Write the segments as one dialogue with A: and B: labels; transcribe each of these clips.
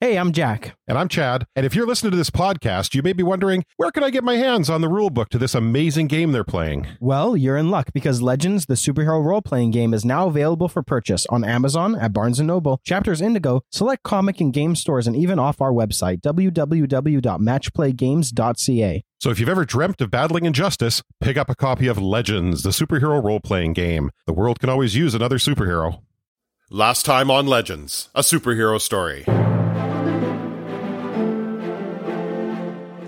A: Hey, I'm Jack.
B: And I'm Chad. And if you're listening to this podcast, you may be wondering where can I get my hands on the rulebook to this amazing game they're playing?
A: Well, you're in luck because Legends, the superhero role-playing game, is now available for purchase on Amazon, at Barnes & Noble, Chapters Indigo, select comic and game stores, and even off our website, www.matchplaygames.ca.
B: So if you've ever dreamt of battling injustice, pick up a copy of Legends, the superhero role playing game. The world can always use another superhero. Last time on Legends, a superhero story.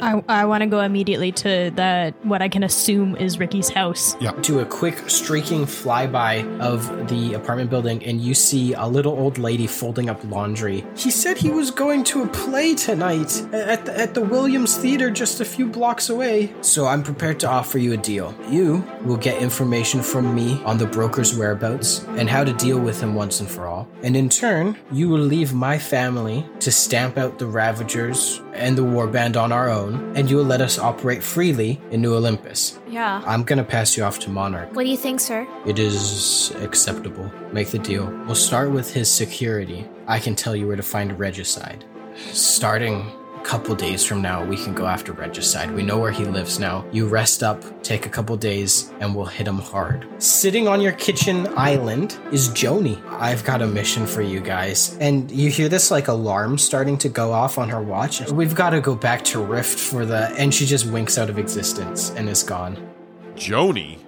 C: I, I want to go immediately to the what I can assume is Ricky's house.
D: do a quick streaking flyby of the apartment building and you see a little old lady folding up laundry. He said he was going to a play tonight at the, at the Williams Theater just a few blocks away. So I'm prepared to offer you a deal. You will get information from me on the broker's whereabouts and how to deal with him once and for all. And in turn, you will leave my family to stamp out the Ravagers and the Warband on our own, and you will let us operate freely in New Olympus.
E: Yeah.
D: I'm gonna pass you off to Monarch.
E: What do you think, sir?
D: It is acceptable. Make the deal. We'll start with his security. I can tell you where to find Regicide. Starting a couple days from now, we can go after Regicide. We know where he lives now. You rest up, take a couple days, and we'll hit him hard. Sitting on your kitchen island is Joni. I've got a mission for you guys. And you hear this like alarm starting to go off on her watch. We've got to go back to Rift for the. And she just winks out of existence and is gone.
B: Joni?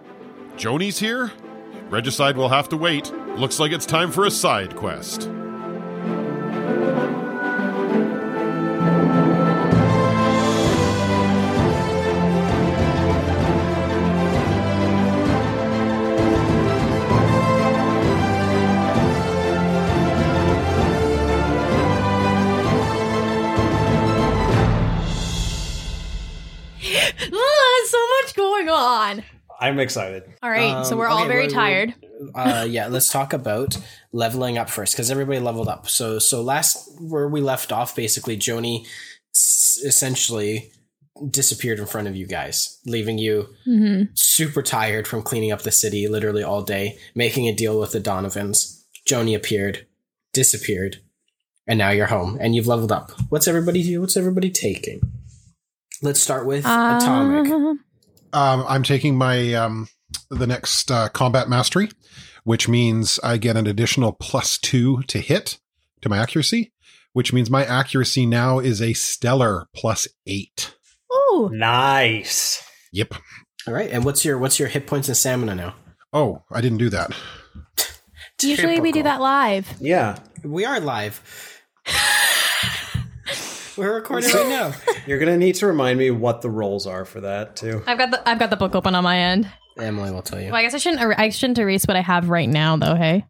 B: Joni's here? Regicide will have to wait. Looks like it's time for a side quest.
E: Ah, so much going on.
F: I'm excited.
C: All right, so
D: Um,
C: we're all
D: okay,
C: very
D: we're-
C: tired.
D: uh, yeah, let's talk about leveling up first because everybody leveled up. So, so last where we left off, basically, Joni s- essentially disappeared in front of you guys, leaving you super tired from cleaning up the city literally all day, making a deal with the Donovans. Joni appeared, disappeared, and now you're home and you've leveled up. What's everybody do? What's everybody taking? Let's start with Atomic.
C: Um,
G: Um, I'm taking my um, the next uh, combat mastery, which means I get an additional plus two to hit to my accuracy, which means my accuracy now is a stellar plus eight.
C: oh,
F: Nice.
G: Yep.
D: All right, and what's your what's your hit points and stamina now?
G: Oh, I didn't do that.
C: usually we do
D: Typical.
C: that live.
F: Yeah.
D: We are live. We're recording right now.
F: You're going to need to remind me what the roles are for that, too.
C: I've got the I've got the book open on my end.
D: Emily will tell you.
C: Well, I guess I shouldn't er- I shouldn't erase what I have right now though. Hey,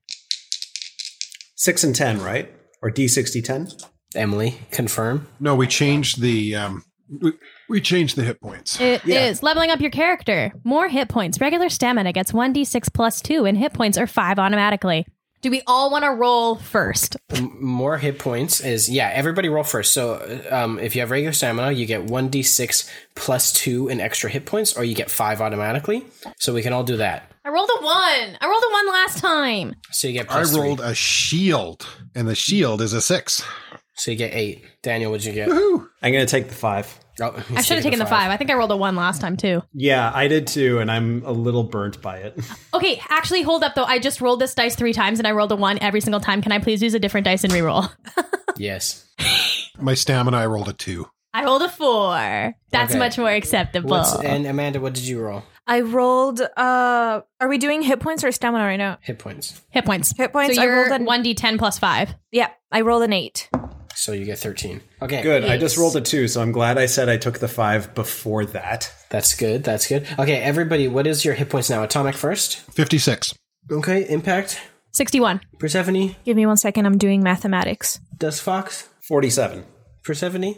F: Six and 10, right? Or D60 10?
D: Emily, confirm.
G: No, we changed the um, we, we changed the hit points.
C: It is
F: Yeah.
C: leveling up your character. More hit points. Regular stamina gets one d six plus two, and hit points are five automatically. Do we all want to roll first?
D: M- more hit points is yeah. Everybody roll first. So um, if you have regular stamina, you get one d six plus two in extra hit points, or you get five automatically. So we can all do that.
C: I rolled a one. I rolled a one last time.
D: So you get
G: I
D: plus three.
G: rolled a shield, and the shield is a six.
D: So you get eight. Daniel, what'd you get?
F: I'm going to take the five.
D: Oh,
C: I should have taken the five. I think I rolled a one last time too.
F: Yeah, I did too, and I'm a little burnt by it.
C: Okay, actually, hold up though. I just rolled this dice three times and I rolled a one every single time. Can I please use a different dice and reroll?
D: Yes.
G: My stamina, I rolled a two.
C: I rolled a four. That's
D: Okay.
C: much more acceptable.
D: What's,
G: uh,
D: and Amanda, what did you roll?
E: I rolled. Uh, are we doing hit points or stamina right now?
D: Hit points.
C: Hit points.
E: Hit points,
C: So
E: I
C: you're
E: rolled a-
C: one d10 plus five.
E: Yeah, I rolled an eight.
D: So you get thirteen. Okay.
F: Good. I just rolled a two, so I'm glad I said I took the five before that.
D: That's good. That's good. Okay, everybody, what is your hit points now? Atomic first.
G: Fifty six.
D: Okay, impact.
C: Sixty-one.
D: Persephone,
E: Give me one second. I'm doing mathematics.
D: does Fox.
F: 47.
D: Persephone,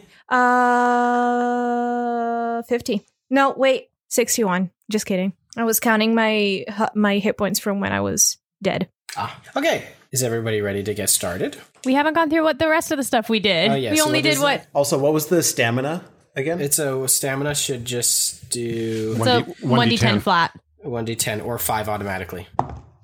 E: Uh, fifty. No, wait, sixty-one. Just kidding. I was counting my my hit points from when I was dead.
D: ah, okay. Is everybody ready to get started?
C: We haven't gone through what the rest of the stuff we did.
D: Oh, yeah,
C: we
D: so
C: only
D: what
C: did
D: is
C: what.
F: Also, what was the stamina again?
D: It's a stamina should just do
C: So
G: 1D
C: one d10 flat.
D: one d ten or five automatically.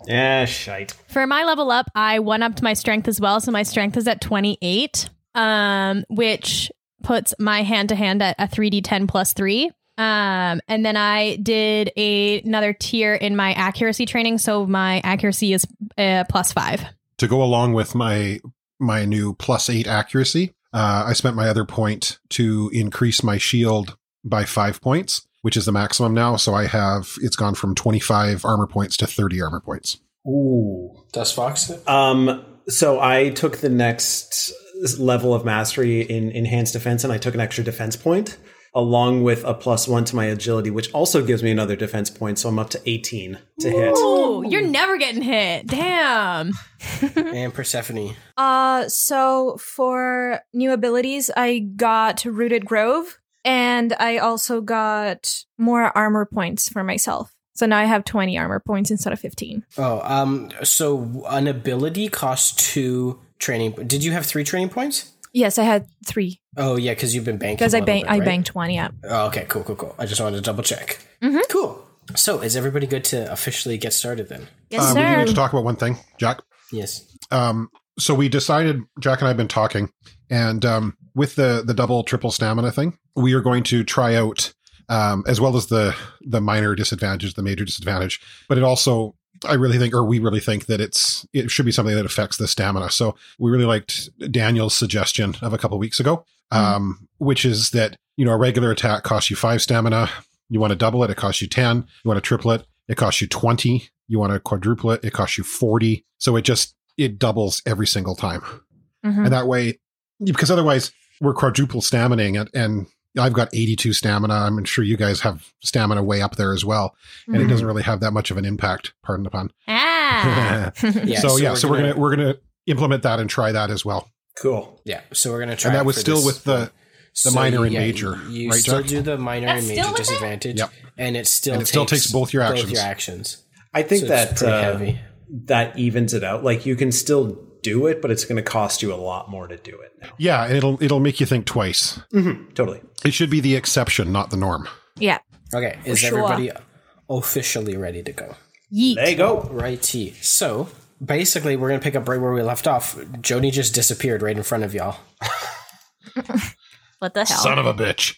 F: yeah, shite.
C: For my level up, I one upped my strength as well, so my strength is at twenty-eight. um, which puts my hand to hand at a 3d10 plus 3. Um, and then I did a, another tier in my accuracy training, so my accuracy is uh, plus 5.
G: to go along with my my new plus eight accuracy, uh, I spent my other point to increase my shield by five points, which is the maximum now. So I have it's gone from twenty five armor points to thirty armor points.
F: Ooh.
D: Does Fox? it?
F: Um, so I took the next level of mastery in enhanced defense, and I took an extra defense point along with a plus one to my agility, which also gives me another defense point. So I'm up to 18 to hit.
C: Ooh, you're never getting hit. Damn.
D: And Persephone.
E: Uh, so for new abilities, I got Rooted Grove, and I also got more armor points for myself. So now I have 20 armor points instead of 15.
D: Oh, um, so an ability costs two training. Did you have three training points?
E: Yes, I had three
D: Oh yeah, because you've been banking.
E: because
D: a
E: I
D: little
E: bang
D: bit,
E: I
D: right?
E: banked Mm-hmm. one. Yeah.
D: Oh, okay, cool, cool, cool. I just wanted to double check. Cool. So is everybody good to officially get started then?
E: Yes,
G: Uh, we do
E: sir.
G: need to talk about one thing, Jack.
D: Yes.
G: Um, so we decided Jack and I have been talking, and um, with the the double triple stamina thing, we are going to try out um, as well as the the minor disadvantage, the major disadvantage, but it also I really think, or we really think that it's it should be something that affects the stamina. So we really liked Daniel's suggestion of a couple weeks ago, um, which is that you know a regular attack costs you five stamina. You want to double it, it costs you ten. You want to triple it, it costs you twenty. You want to quadruple it, it costs you forty. So it just it doubles every single time,
E: Mhm.
G: and that way, because otherwise we're quadruple staminaing it, and I've got eighty-two stamina. I'm sure you guys have stamina way up there as well and it
E: Mhm.
G: doesn't really have that much of an impact. Pardon the pun.
C: Ah.
D: Yeah.
G: so, yeah, so we're gonna we're gonna implement that and try that as well.
F: Cool.
D: yeah. So we're gonna try.
G: And
D: it
G: that was
D: for
G: still
D: this
G: with the
D: one.
G: the minor and major,
D: You, you
G: right,
D: still
G: Jack?
D: do the minor
C: That's
D: and
C: still
D: major
C: with it?
D: disadvantage,
G: Yep.
D: and it still
G: And it
D: takes
G: still takes both your actions.
D: Both your actions.
F: I think
D: So it's
F: that
D: pretty
F: uh,
D: heavy.
F: that evens it out. Like you can still do it, but it's going to cost you a lot more to do it. Now.
G: Yeah, and it'll it'll make you think twice.
F: Totally.
G: It should be the exception, not the norm.
E: Yeah.
D: Okay, is
E: sure.
D: everybody officially ready to go?
F: There you go.
D: Righty. So basically, we're gonna pick up right where we left off. Jody just disappeared right in front of y'all.
C: What the hell?
G: Son of a bitch.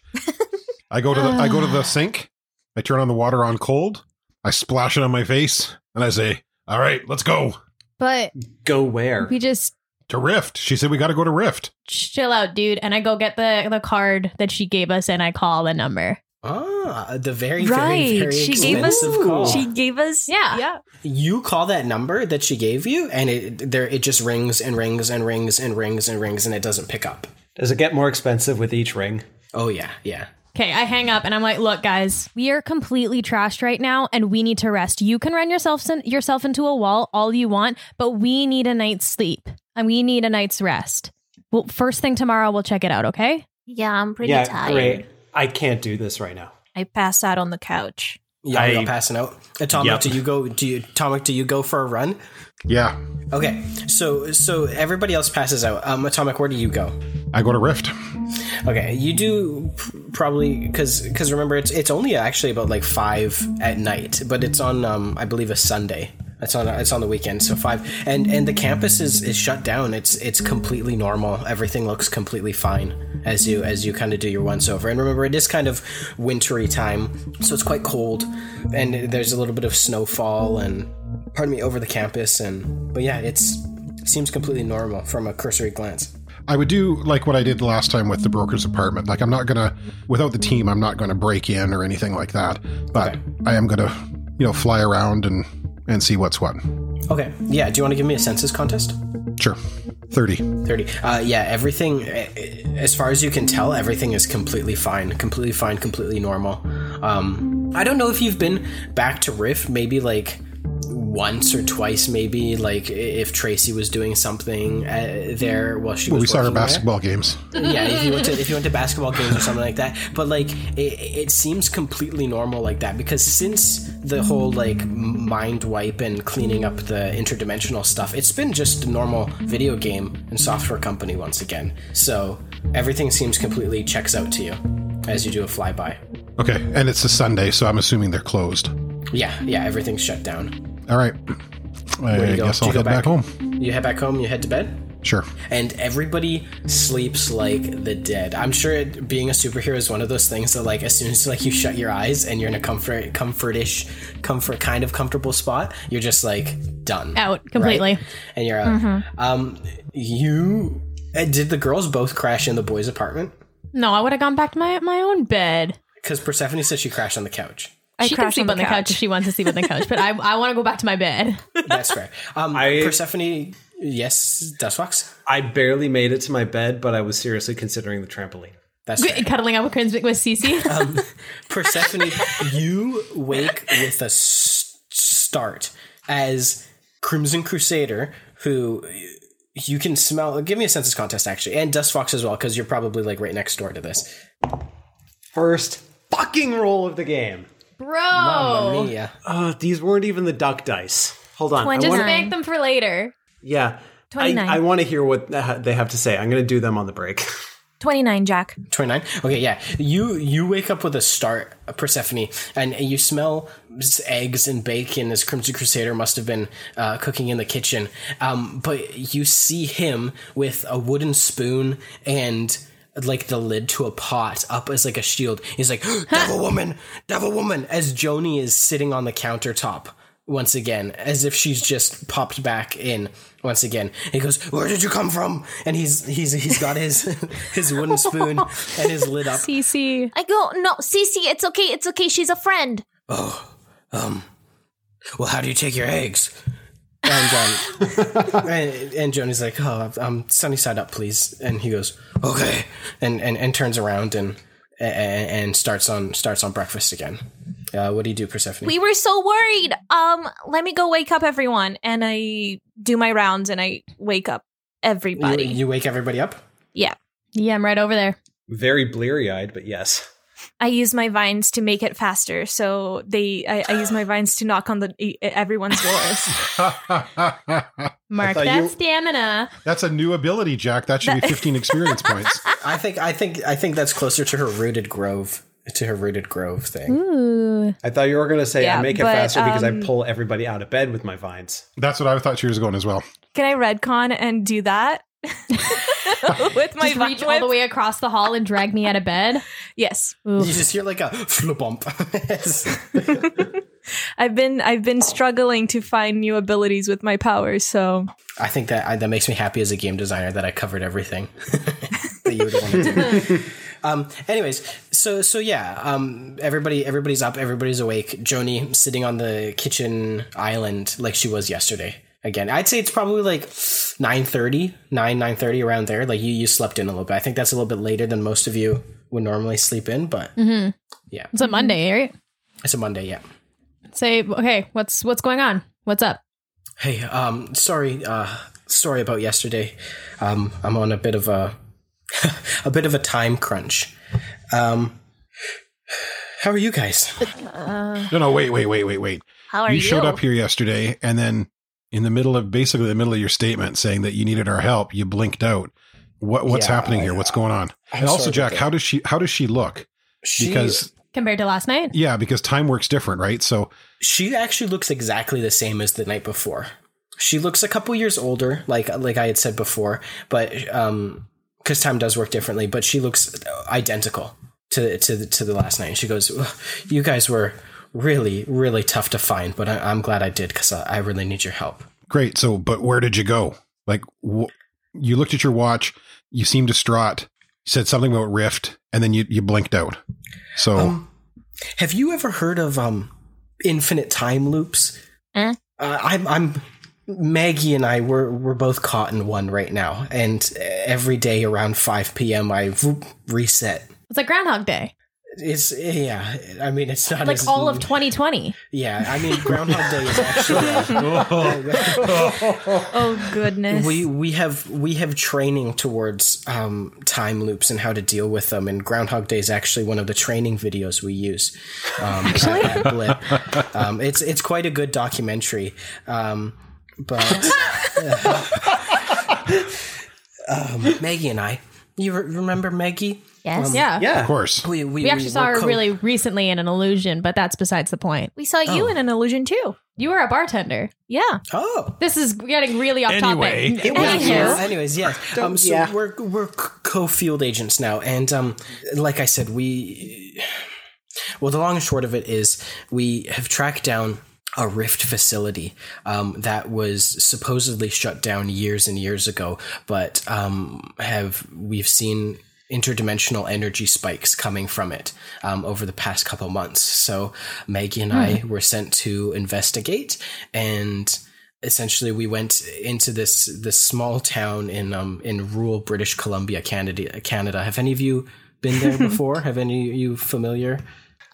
G: I go to the I go to the sink. I turn on the water on cold. I splash it on my face, and I say, "All right, let's go
C: but
F: Go where?
C: we just
G: to Rift." She said, "We got to go to Rift."
C: chill out, dude. And I go get the, the card that she gave us and I call the number.
D: Ah, the very very
E: Right.
D: very
E: She
D: expensive
E: gave us.
D: call.
E: She gave us.
C: Yeah.
E: Yeah.
D: you call that number that she gave you, and it there it just rings and rings and rings and rings and rings, and it doesn't pick up.
F: Does it get more expensive with each ring?
D: Oh yeah, yeah.
C: Okay, I hang up and I'm like, look, guys, we are completely trashed right now and we need to rest. You can run yourself yourself into a wall all you want, but we need a night's sleep and we need a night's rest. Well, first thing tomorrow, we'll check it out, okay?
H: Yeah, I'm pretty
F: yeah,
H: tired.
F: great. I can't do this right now.
E: I passed out on the couch.
D: Yeah,
F: I-
D: I, passing out. Uh, Tomek,
F: Yep.
D: do you go? Do you, Tomek, do you go for a run?
G: Yeah,
D: Okay, so so everybody else passes out. Um, Atomic, where do you go?
G: I go to Rift.
D: Okay, you do p- probably because because remember it's it's only actually about like five at night, but it's on um I believe a Sunday. It's on it's on the weekend, so five and and the campus is is shut down. It's it's completely normal. Everything looks completely fine as you as you kind of do your once over. And remember, it is kind of wintry time, so it's quite cold, and there's a little bit of snowfall and pardon me over the campus and but yeah, it's seems completely normal from a cursory glance.
G: I would do like what I did last time with the broker's apartment. Like I'm not gonna without the team, I'm not gonna break in or anything like that. But I am gonna, you know, fly around and and see what's what.
D: Okay, yeah. Do you want to give me a census contest?
G: Sure. Thirty.
D: 30 uh, yeah everything eh, eh, as far as you can tell everything is completely fine completely fine completely normal um, i don't know if you've been back to rift maybe like once or twice maybe like i- if tracy was doing something uh, there while she
G: Well,
D: was
G: we saw her
D: working there.
G: basketball games.
D: yeah if you went to if you went to basketball games or something like that but like it, it seems completely normal like that because since the whole like mind wipe and cleaning up the interdimensional stuff it's been just a normal video game and software company once again so everything seems completely checks out to you as you do a flyby
G: Okay. And it's a Sunday, so I'm assuming they're closed.
D: yeah yeah everything's shut down
G: All right. I
D: you go?
G: guess
D: Do
G: I'll
D: you go
G: head
D: back?
G: back home.
D: you head back home you head to bed
G: Sure.
D: and everybody sleeps like the dead. I'm sure it, being a superhero is one of those things that like as soon as like you shut your eyes and you're in a comfort comfortish comfort kind of comfortable spot, you're just like done
C: Out completely.
D: and you're out. Um, you uh, did the girls both crash in the boys' apartment
C: No, I would have gone back to my my own bed.
D: because Persephone said she crashed on the couch.
E: I
C: she can
E: crashed
C: sleep on the couch. if she wants to sleep on the couch, but I I want to go back to my bed.
D: That's fair. Um,
F: I-
D: Persephone, yes, Dustbox.
F: I barely made it to my bed, but I was seriously considering the trampoline.
D: That's fair.
C: Cuddling up with Crins with Cece.
D: Persephone, you wake with a s- start as Crimson Crusader, who you can smell. Give me a census contest, actually, and Dust Fox as well, because you're probably like right next door to this.
F: First fucking roll of the game.
C: Bro. Oh.
D: Mamma mia.
F: Uh, these weren't even the duck dice. Hold on. I
E: Just
F: wanna,
E: Nine.
C: Bank them for later.
F: yeah. I,
E: 29.
F: I want to hear what uh, they have to say. I'm going to do them on the break.
E: 29, Jack.
D: 29 okay yeah you you wake up with a start persephone and you smell s- eggs and bacon as crimson crusader must have been uh, cooking in the kitchen um, but you see him with a wooden spoon and like the lid to a pot up as like a shield he's like devil woman devil woman as joni is sitting on the countertop once again, as if she's just popped back in once again. And he goes, "Where did you come from?" And he's he's he's got his his wooden spoon and his lid up.
C: Cece.
H: I go, no, Cece, it's okay, it's okay, she's a friend.
D: Well, how do you take your eggs? And um, and, and Joni's like, "Oh, um, sunny side up, please." And he goes, "Okay," and and, and turns around and and, and starts on starts on breakfast again. Uh, what do you do, Persephone?
H: We were so worried.
E: Um, let me go wake up everyone. And I do my rounds and I wake up
D: you,
E: everybody.
D: you wake everybody up.
E: yeah.
C: Yeah, I'm right over there.
F: Very bleary eyed, but yes.
E: I use my vines to make it faster. So they, I, I use my vines to knock on the e- everyone's doors.
C: Mark
G: thought
C: that
G: you-
C: stamina.
G: That's a new ability, Jack. That should be 15 experience points.
D: I think I think I think that's closer to her rooted grove to her rooted grove thing.
C: Ooh.
F: I thought you were going to say
E: Yeah,
F: I make it
E: but,
F: faster because
E: um,
F: I pull everybody out of bed with my vines.
G: That's what I thought she was going as well.
E: Can I redcon and do that with my
C: Just
E: vine
C: reach all the
E: whip?
C: way across the hall and drag me out of bed.
E: Yes,
D: You just hear like a flubump.
E: I've been I've been struggling to find new abilities with my powers. So
D: I think that I, that makes me happy as a game designer that I covered everything that you would want to do. um, anyways, so so yeah, um, everybody everybody's up, everybody's awake. Joni sitting on the kitchen island like she was yesterday. Again, I'd say it's probably like 9.30, 9, 9.30 around there. Like you, you slept in a little bit. I think that's a little bit later than most of you would normally sleep in, but
C: It's a Monday, right?
D: it's a Monday, yeah.
C: Say, okay, what's what's going on? What's up?
D: Hey, um, sorry, uh, sorry about yesterday. Um, I'm on a bit of a, a bit of a time crunch. Um, how are you guys?
G: No, no, wait, wait, wait, wait, wait.
H: How are
G: you
H: you?
G: showed up here yesterday and then in the middle of basically the middle of your statement saying that you needed our help, you blinked out. What what's
D: Yeah,
G: happening here?
D: I-
G: What's going on?
D: I'm
G: and also,
D: sorry
G: Jack,
D: about
G: how does she how does she look?
D: She,
G: Because
C: Compared to last night?
G: yeah, because time works different, right? So
D: she actually looks exactly the same as the night before. She looks a couple years older, like like I had said before, but um, because time does work differently. But she looks identical to to the, to the last night. And she goes, "Ugh, "You guys were really really tough to find, but I, I'm glad I did because I, I really need your help."
G: great. So, but where did you go? Like, wh- you looked at your watch, you seemed distraught, said something about Rift, and then you you blinked out. So
D: Have you ever heard of um infinite time loops?
C: Eh?
H: Huh?
D: Uh, I'm I'm Maggie and I we're we're both caught in one right now, and every day around five p.m. I whoop, reset.
C: It's like Groundhog Day.
D: It's yeah. I mean, it's not
C: Like
D: as-
C: all of 2020.
D: yeah. I mean, Groundhog Day is actually.
E: oh goodness,
D: We we have we have training towards um, time loops and how to deal with them. And Groundhog Day is actually one of the training videos we use. Um, actually, um, it's it's quite a good documentary. Um, but um, Maggie and I, you re- remember Maggie?
H: Yes.
C: Yeah.
F: Yeah.
G: of course,
D: We we,
C: We actually saw
D: were
C: her
D: co-
C: really recently in an illusion, but that's besides the point.
H: We saw you
E: you in an illusion too.
C: You were a bartender. Yeah.
D: Oh.
C: This is getting really off
I: Anyway.
C: topic.
D: It was,
C: Anywho.
D: yes. Anyways, yes. Um, so
F: yeah.
D: we're we're co-field agents now, and um, like I said, we. Well, the long and short of it is, we have tracked down a rift facility um, that was supposedly shut down years and years ago, but um, have we've seen interdimensional energy spikes coming from it um, over the past couple months. So Maggie and I were sent to investigate and essentially we went into this this small town in um in rural British Columbia, Canada. Canada. Have any of you been there before? Have any of you familiar?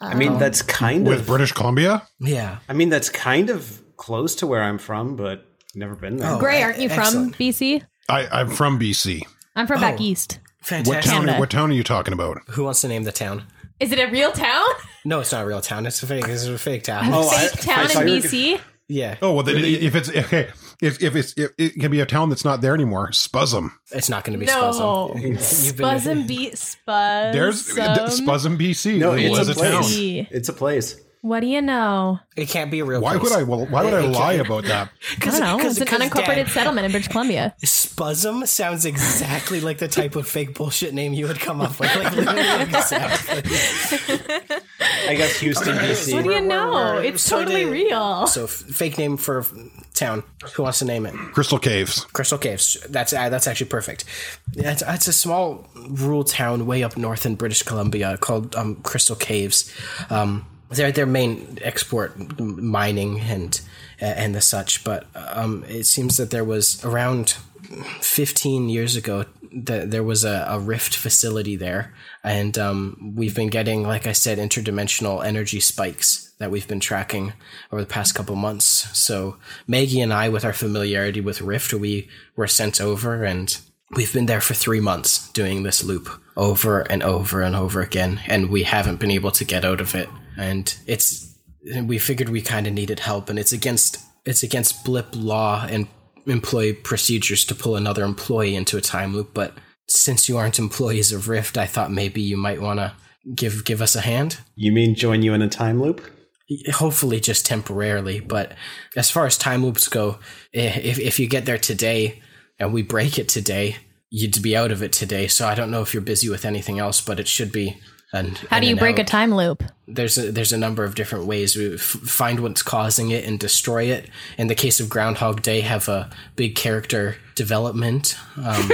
F: I mean, that's kind
G: With
F: of.
G: British Columbia?
D: Yeah.
F: I mean, that's kind of close to where I'm from, but never been there.
D: Oh.
C: Gray, aren't you from
D: Excellent.
C: BC?
G: I, I'm from BC.
C: I'm from back
D: Oh.
C: east.
G: What
D: Fantastic.
G: town,
C: Canada.
G: what town are you talking about?
D: Who wants to name the town?
C: Is it a real town?
D: No, it's not a real town. It's a fake. It's a fake town.
F: Oh, I-
C: Fake town
F: I thought
C: in
F: you were-
C: BC?
D: yeah.
G: Oh, well, then, if it's okay, if, if it's if it can be a town that's not there anymore, Spuzzum.
D: It's not going to be
C: No.
D: Spuzzum. You've been-
C: Buzzum B Spuzz.
G: There's Spuzzum, BC.
F: No, it's
G: was
F: a place.
G: town.
F: It's a place.
C: What do you know?
D: It can't be a real.
G: Why would I? Why would I lie about that?
C: I don't know. It's an unincorporated
D: settlement.
C: settlement in British Columbia.
D: Spuzzum sounds exactly like the type of fake bullshit name you would come up with. Like, literally exactly.
F: I guess Houston,
C: What do
F: DC.
C: you know?
D: we're-
C: it's
D: so
C: totally
D: the-
C: real.
D: So, f- fake name for f- town. Who wants to name it?
G: Crystal Caves.
D: Crystal Caves. That's uh, that's actually perfect. It's, it's a small rural town way up north in British Columbia called um, Crystal Caves. Um, their their main export m- mining and uh, and the such, but um, it seems that there was around 15 years ago th- there was a, a rift facility there and um, we've been getting like i said interdimensional energy spikes that we've been tracking over the past couple months so maggie and i with our familiarity with rift we were sent over and we've been there for three months doing this loop over and over and over again and we haven't been able to get out of it and it's and we figured we kind of needed help and it's against it's against blip law and employee procedures to pull another employee into a time loop but since you aren't employees of rift i thought maybe you might want to give give us a hand
F: You mean join you in a time loop?
D: hopefully just temporarily but as far as time loops go i- if, if you get there today and we break it today you'd be out of it today so i don't know if you're busy with anything else but it should be an,
C: How do you break a
D: time?
C: time loop?
D: there's a, there's a number of different ways we f- find what's causing it and destroy it. In the case of Groundhog Day, have a big character development. Um,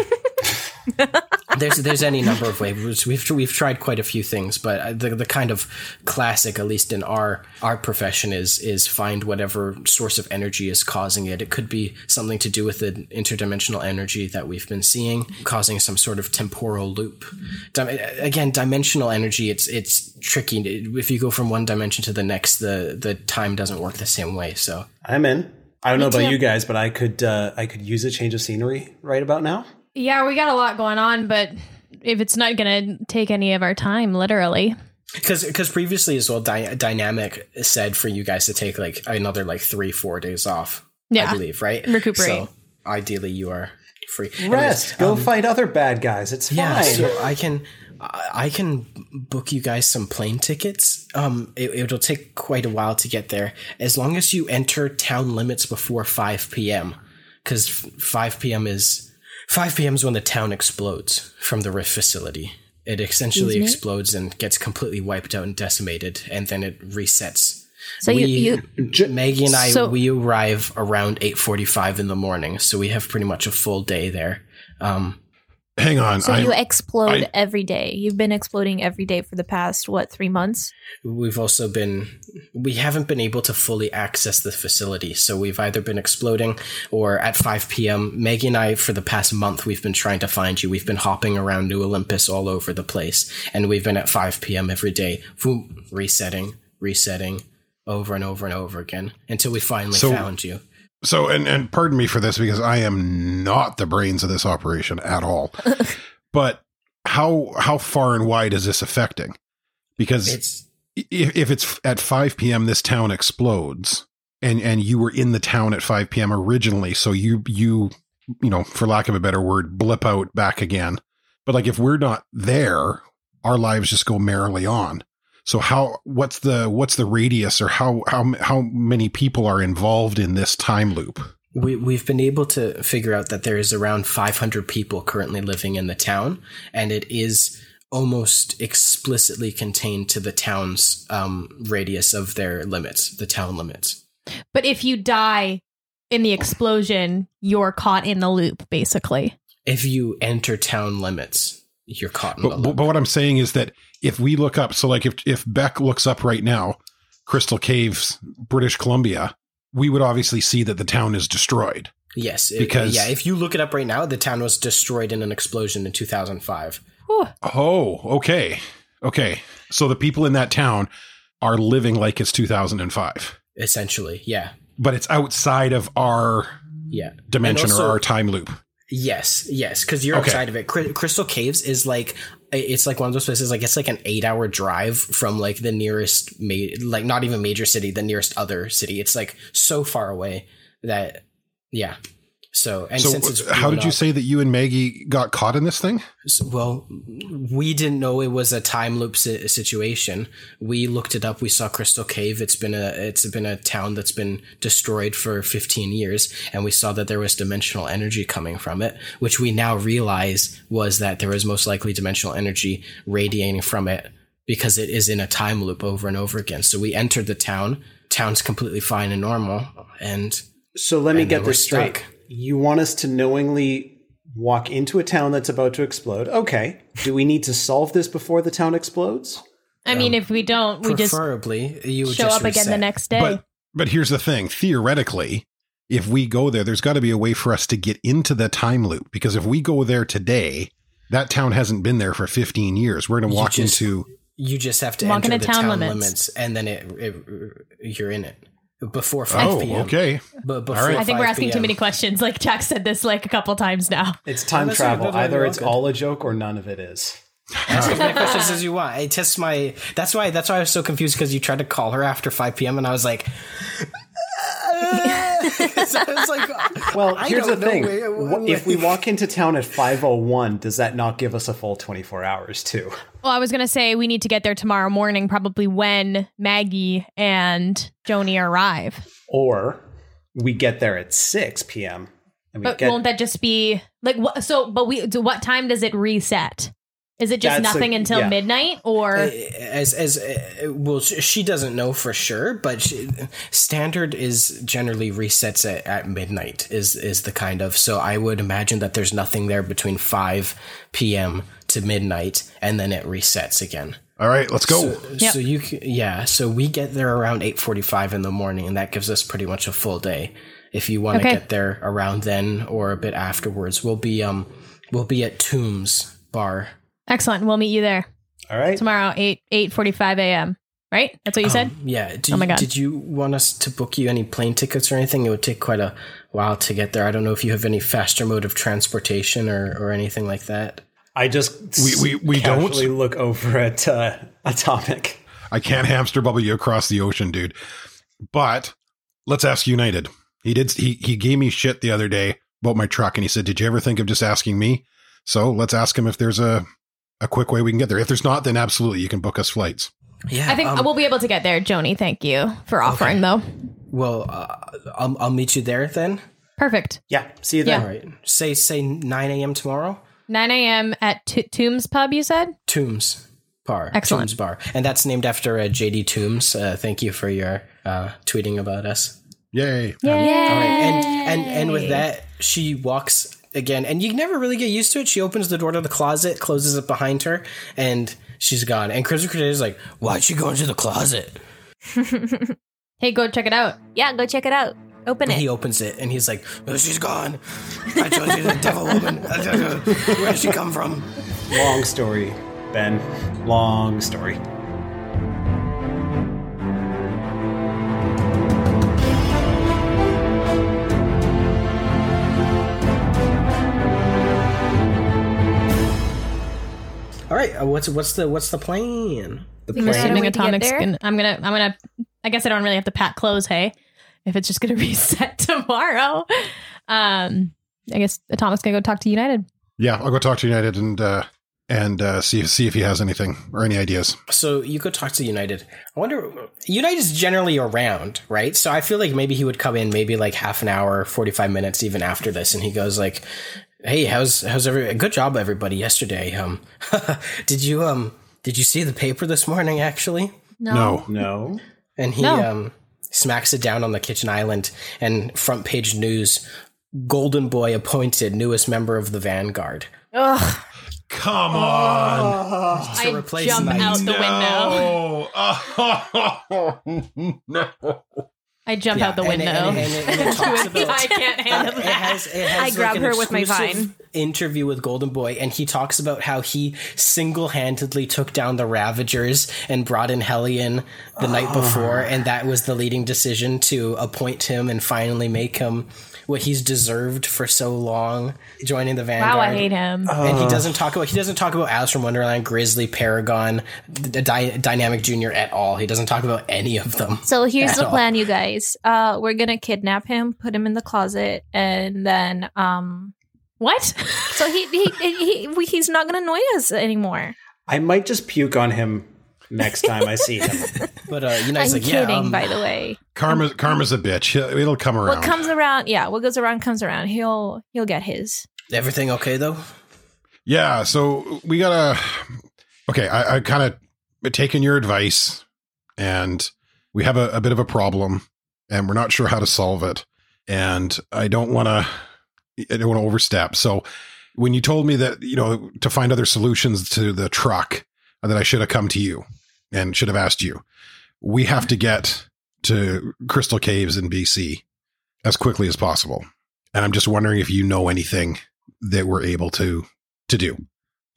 D: there's there's any number of ways we've we've tried quite a few things, but uh, the the kind of classic, at least in our our profession, is is find whatever source of energy is causing it. It could be something to do with the interdimensional energy that we've been seeing, causing some sort of temporal loop. Dim- again, dimensional energy, it's it's tricky. If you go from one dimension to the next, the the time doesn't work the same way. So
F: I'm in. I don't know about you guys, but I could uh, I could use a change of scenery right about now.
C: Yeah, we got a lot going on, but if it's not going to take any of our time, literally.
D: because because previously as well, Dy- dynamic said for you guys to take like another like three four days off. I
C: Yeah.
D: believe right.
C: Recuperate.
D: So ideally, you are free.
F: Rest. Go fight other bad guys. It's fine.
D: Yeah, so I can I I can book you guys some plane tickets. Um, it, it'll take quite a while to get there, as long as you enter town limits before five p.m. Because five p.m. is five p.m. is when the town explodes from the rift facility. It essentially explodes and gets completely wiped out and decimated, and then it resets.
C: So
D: we,
C: you, you
D: Maggie and I,
C: so-
D: we arrive around eight forty-five in the morning, so we have pretty much a full day there. Um,
G: Hang on.
E: So
G: I,
E: you explode
G: I-
E: every day. You've been exploding every day for the past what three months?
D: we've also been we haven't been able to fully access the facility so we've either been exploding or at 5 p.m maggie and i for the past month we've been trying to find you we've been hopping around new olympus all over the place and we've been at 5 p.m every day boom, resetting resetting over and over and over again until we finally
G: So-
D: found you
G: so and and pardon me for this because I am not the brains of this operation at all. but how how far and wide is this affecting? Because
D: it's
G: if, if it's at 5 p.m. this town explodes and and you were in the town at 5 p.m. originally so you you you know for lack of a better word blip out back again but like if we're not there our lives just go merrily on So how what's the what's the radius or how how how many people are involved in this time loop?
D: We, we've been able to figure out that there is around 500 people currently living in the town, and it is almost explicitly contained to the town's um, radius of their limits, the town limits.
C: But if you die in the explosion, you're caught in the loop, basically.
D: If you enter town limits, you're caught in the
G: But, but
D: loop.
G: but what I'm saying is that if we look up, so like if if Beck looks up right now, Crystal Caves, British Columbia, we would obviously see that the town is destroyed.
D: yes, it-
G: because-
D: yeah. If you look it up right now, the town was destroyed in an explosion in 2005.
G: Oh, okay. Okay. So the people in that town are living like it's 2005,
D: Essentially, yeah,
G: but it's outside of our
D: yeah.
G: dimension
D: And also-
G: or our time loop.
D: Yes, yes, because you're
G: Okay.
D: outside of it. Cry- Crystal Caves is like it's like one of those places. Like it's like an eight-hour drive from like the nearest, ma- like not even major city, the nearest other city. It's like so far away that yeah. So and
G: so uh,
D: since it's
G: how did
D: blown
G: you
D: up-
G: say that you and Maggie got caught in this thing?
D: so- well, we didn't know it was a time loop si- situation. We looked it up. We saw Crystal Cave. It's been a it's been a town that's been destroyed for 15 years, and we saw that there was dimensional energy coming from it, which we now realize was that there was most likely dimensional energy radiating from it because it is in a time loop over and over again. So we entered the town. Town's completely fine and normal, and
F: So let me
D: And
F: get
D: we're
F: this straight.
D: stuck.
F: You want us to knowingly walk into a town that's about to explode? Okay. Do we need to solve this before the town explodes?
C: I mean, if
F: Um,
C: we don't, we just
D: preferably you would
C: show
D: just
C: up again the
D: reset.
C: next day.
G: But but here's the thing, theoretically, if we go there, there's got to be a way for us to get into the time loop because if we go there today, that town hasn't been there for 15 years. We're going to
D: You
G: walk
D: just-
G: into
D: You just have to
C: Walk
D: enter
C: into
D: the
C: town
D: town,
C: limits.
D: limits. and then it, it- you're in it before five
G: Oh,
D: p.m.
G: okay.
D: But before
G: right.
C: I think we're
D: 5
C: asking too
D: PM.
C: many questions. Like Jack said this like a couple times now.
F: It's time
D: that's not-
F: travel.
D: that's not
F: Either
D: really
F: it's
D: good.
F: all a joke or none of it is.
D: Ask as many questions as you want. It tests my. That's why. That's why I was so confused because you tried to call her after five p.m. and I was like. so it's like
F: Well,
D: I
F: here's the
D: don't know
F: thing.
D: where-
F: Wha- if we walk into town at 501, does that not give us a full 24 hours too?
C: Well, I was gonna say we need to get there tomorrow morning, probably when Maggie and Joni arrive.
F: Or we get there at 6 p.m. and we
C: But
F: get
C: won't that just be like what? So, but we do what time does it reset? Is it just
F: That's a-
C: nothing until
F: yeah.
C: midnight, or
D: as as uh, well sh- she doesn't know for sure but she, standard is generally resets at, at midnight is is the kind of so i would imagine that there's nothing there between 5 p.m to midnight and then it resets again
G: All right, let's go.
C: Yep.
D: so you c- yeah so we get there around 8.45 in the morning and that gives us pretty much a full day if you want to
C: Okay.
D: get there around then or a bit afterwards we'll be um we'll be at tombs bar
C: excellent? We'll meet you there
F: All right.
C: tomorrow eight eight forty five a.m. Right? That's what you said.
F: Um,
D: Yeah. Do
C: Oh my
D: you-
C: God.
D: Did you want us to book you any plane tickets or anything? It would take quite a while to get there. I don't know if you have any faster mode of transportation or, or anything like that.
F: I just
G: We- we- we don't?
F: casually look over at uh, Atomic.
G: I can't hamster bubble you across the ocean, dude. But let's ask United. He did. He he gave me shit the other day about my truck, and he said, "Did you ever think of just asking me?" So let's ask him if there's a a quick way we can get there. If there's not, then absolutely you can book us flights.
D: Yeah.
C: I think uh,
D: um,
C: we'll be able to get there, Joni. Thank you for offering, though.
D: well, uh, I'll, I'll meet you there then.
C: Perfect.
F: Yeah. See you
C: Yeah.
F: then.
D: All right. Say say 9 a.m. tomorrow.
C: Nine a.m. at T- Tombs Pub. You said.
D: Tombs Bar.
C: Excellent.
D: Tombs Bar. And that's named after uh, JD Tombs. Uh, thank you for your uh, tweeting about us.
G: Yay!
D: All right, and and and with that, she walks again, and you never really get used to it. She opens the door to the closet, closes it behind her, and she's gone. And Chris Crusader is like, "Why'd she go into the closet?"
C: Hey, go check it out.
H: Yeah, go check it out. Open
D: And
H: it.
D: he opens it, and he's like, "Oh, "She's gone. I told you, the devil woman. Where did she come from?"
F: Long story, Ben. Long story.
D: All right, uh, what's what's the what's the plan?
F: The
H: Think about
F: plane.
H: it.
C: Assuming
H: way to get
C: Atomic's
H: there?
C: gonna, I'm gonna, I'm gonna. I guess I don't really have to pat close. Hey, if it's just gonna reset tomorrow, um, I guess Atomic's gonna go talk to United.
G: Yeah, I'll go talk to United and uh, and uh, see see if he has anything or any ideas.
D: So you go talk to United. I wonder. United's generally around, right? So I feel like maybe he would come in, maybe like half an hour, forty five minutes, even after this, and he goes like, "Hey, how's how's every? Good job, everybody, yesterday. Um, did you um did you see the paper this morning? Actually,
C: No.
G: No.
F: No.
D: and he
C: No.
D: um smacks it down on the kitchen island and front page news. Golden Boy appointed newest member of the Vanguard.
E: Ugh.
G: Come on.
D: to
C: I
D: replace
C: jump
D: Knight.
C: out the window.
G: window. no.
C: I jump out the
D: Yeah, and
C: window.
D: it- and it- and it- and it talks about-
C: I can't handle
D: it
C: that.
D: has, it has
E: I
D: like,
E: grab
D: an
E: her with my
D: exclusive
E: vine.
D: Interview with Golden Boy, and he talks about how he single handedly took down the Ravagers and brought in Hellion the night before, and that was the leading decision to appoint him and finally make him what he's deserved for so long, joining the Vanguard.
C: Wow, I hate him.
D: And he doesn't talk about he doesn't talk about Alice from Wonderland, Grizzly, Paragon, D- Dy- Dynamic Junior at all. He doesn't talk about any of them.
H: So here's
D: At
H: the
D: all.
H: plan.
E: you guys. Uh, we're gonna kidnap him, put him in the closet, and then um,
C: What?
E: so he he, he, he he's not gonna annoy us anymore.
F: I might just puke on him next time I see him.
D: But uh, you know, he's
E: I'm
D: like,
E: kidding,
D: yeah, um,
E: by the way.
G: Karma karma's a bitch. It'll come around.
E: What comes around, yeah, what goes around comes around. He'll he'll get his.
D: everything okay though?
G: Yeah, so we gotta. Okay, I, I kind of taken your advice, and we have a, a bit of a problem, and we're not sure how to solve it, and I don't want to. I don't want to overstep. So when you told me that you know to find other solutions to the truck, uh, that I should have come to you and should have asked you. We have to get to Crystal Caves in BC as quickly as possible, and I'm just wondering if you know anything that we're able to to do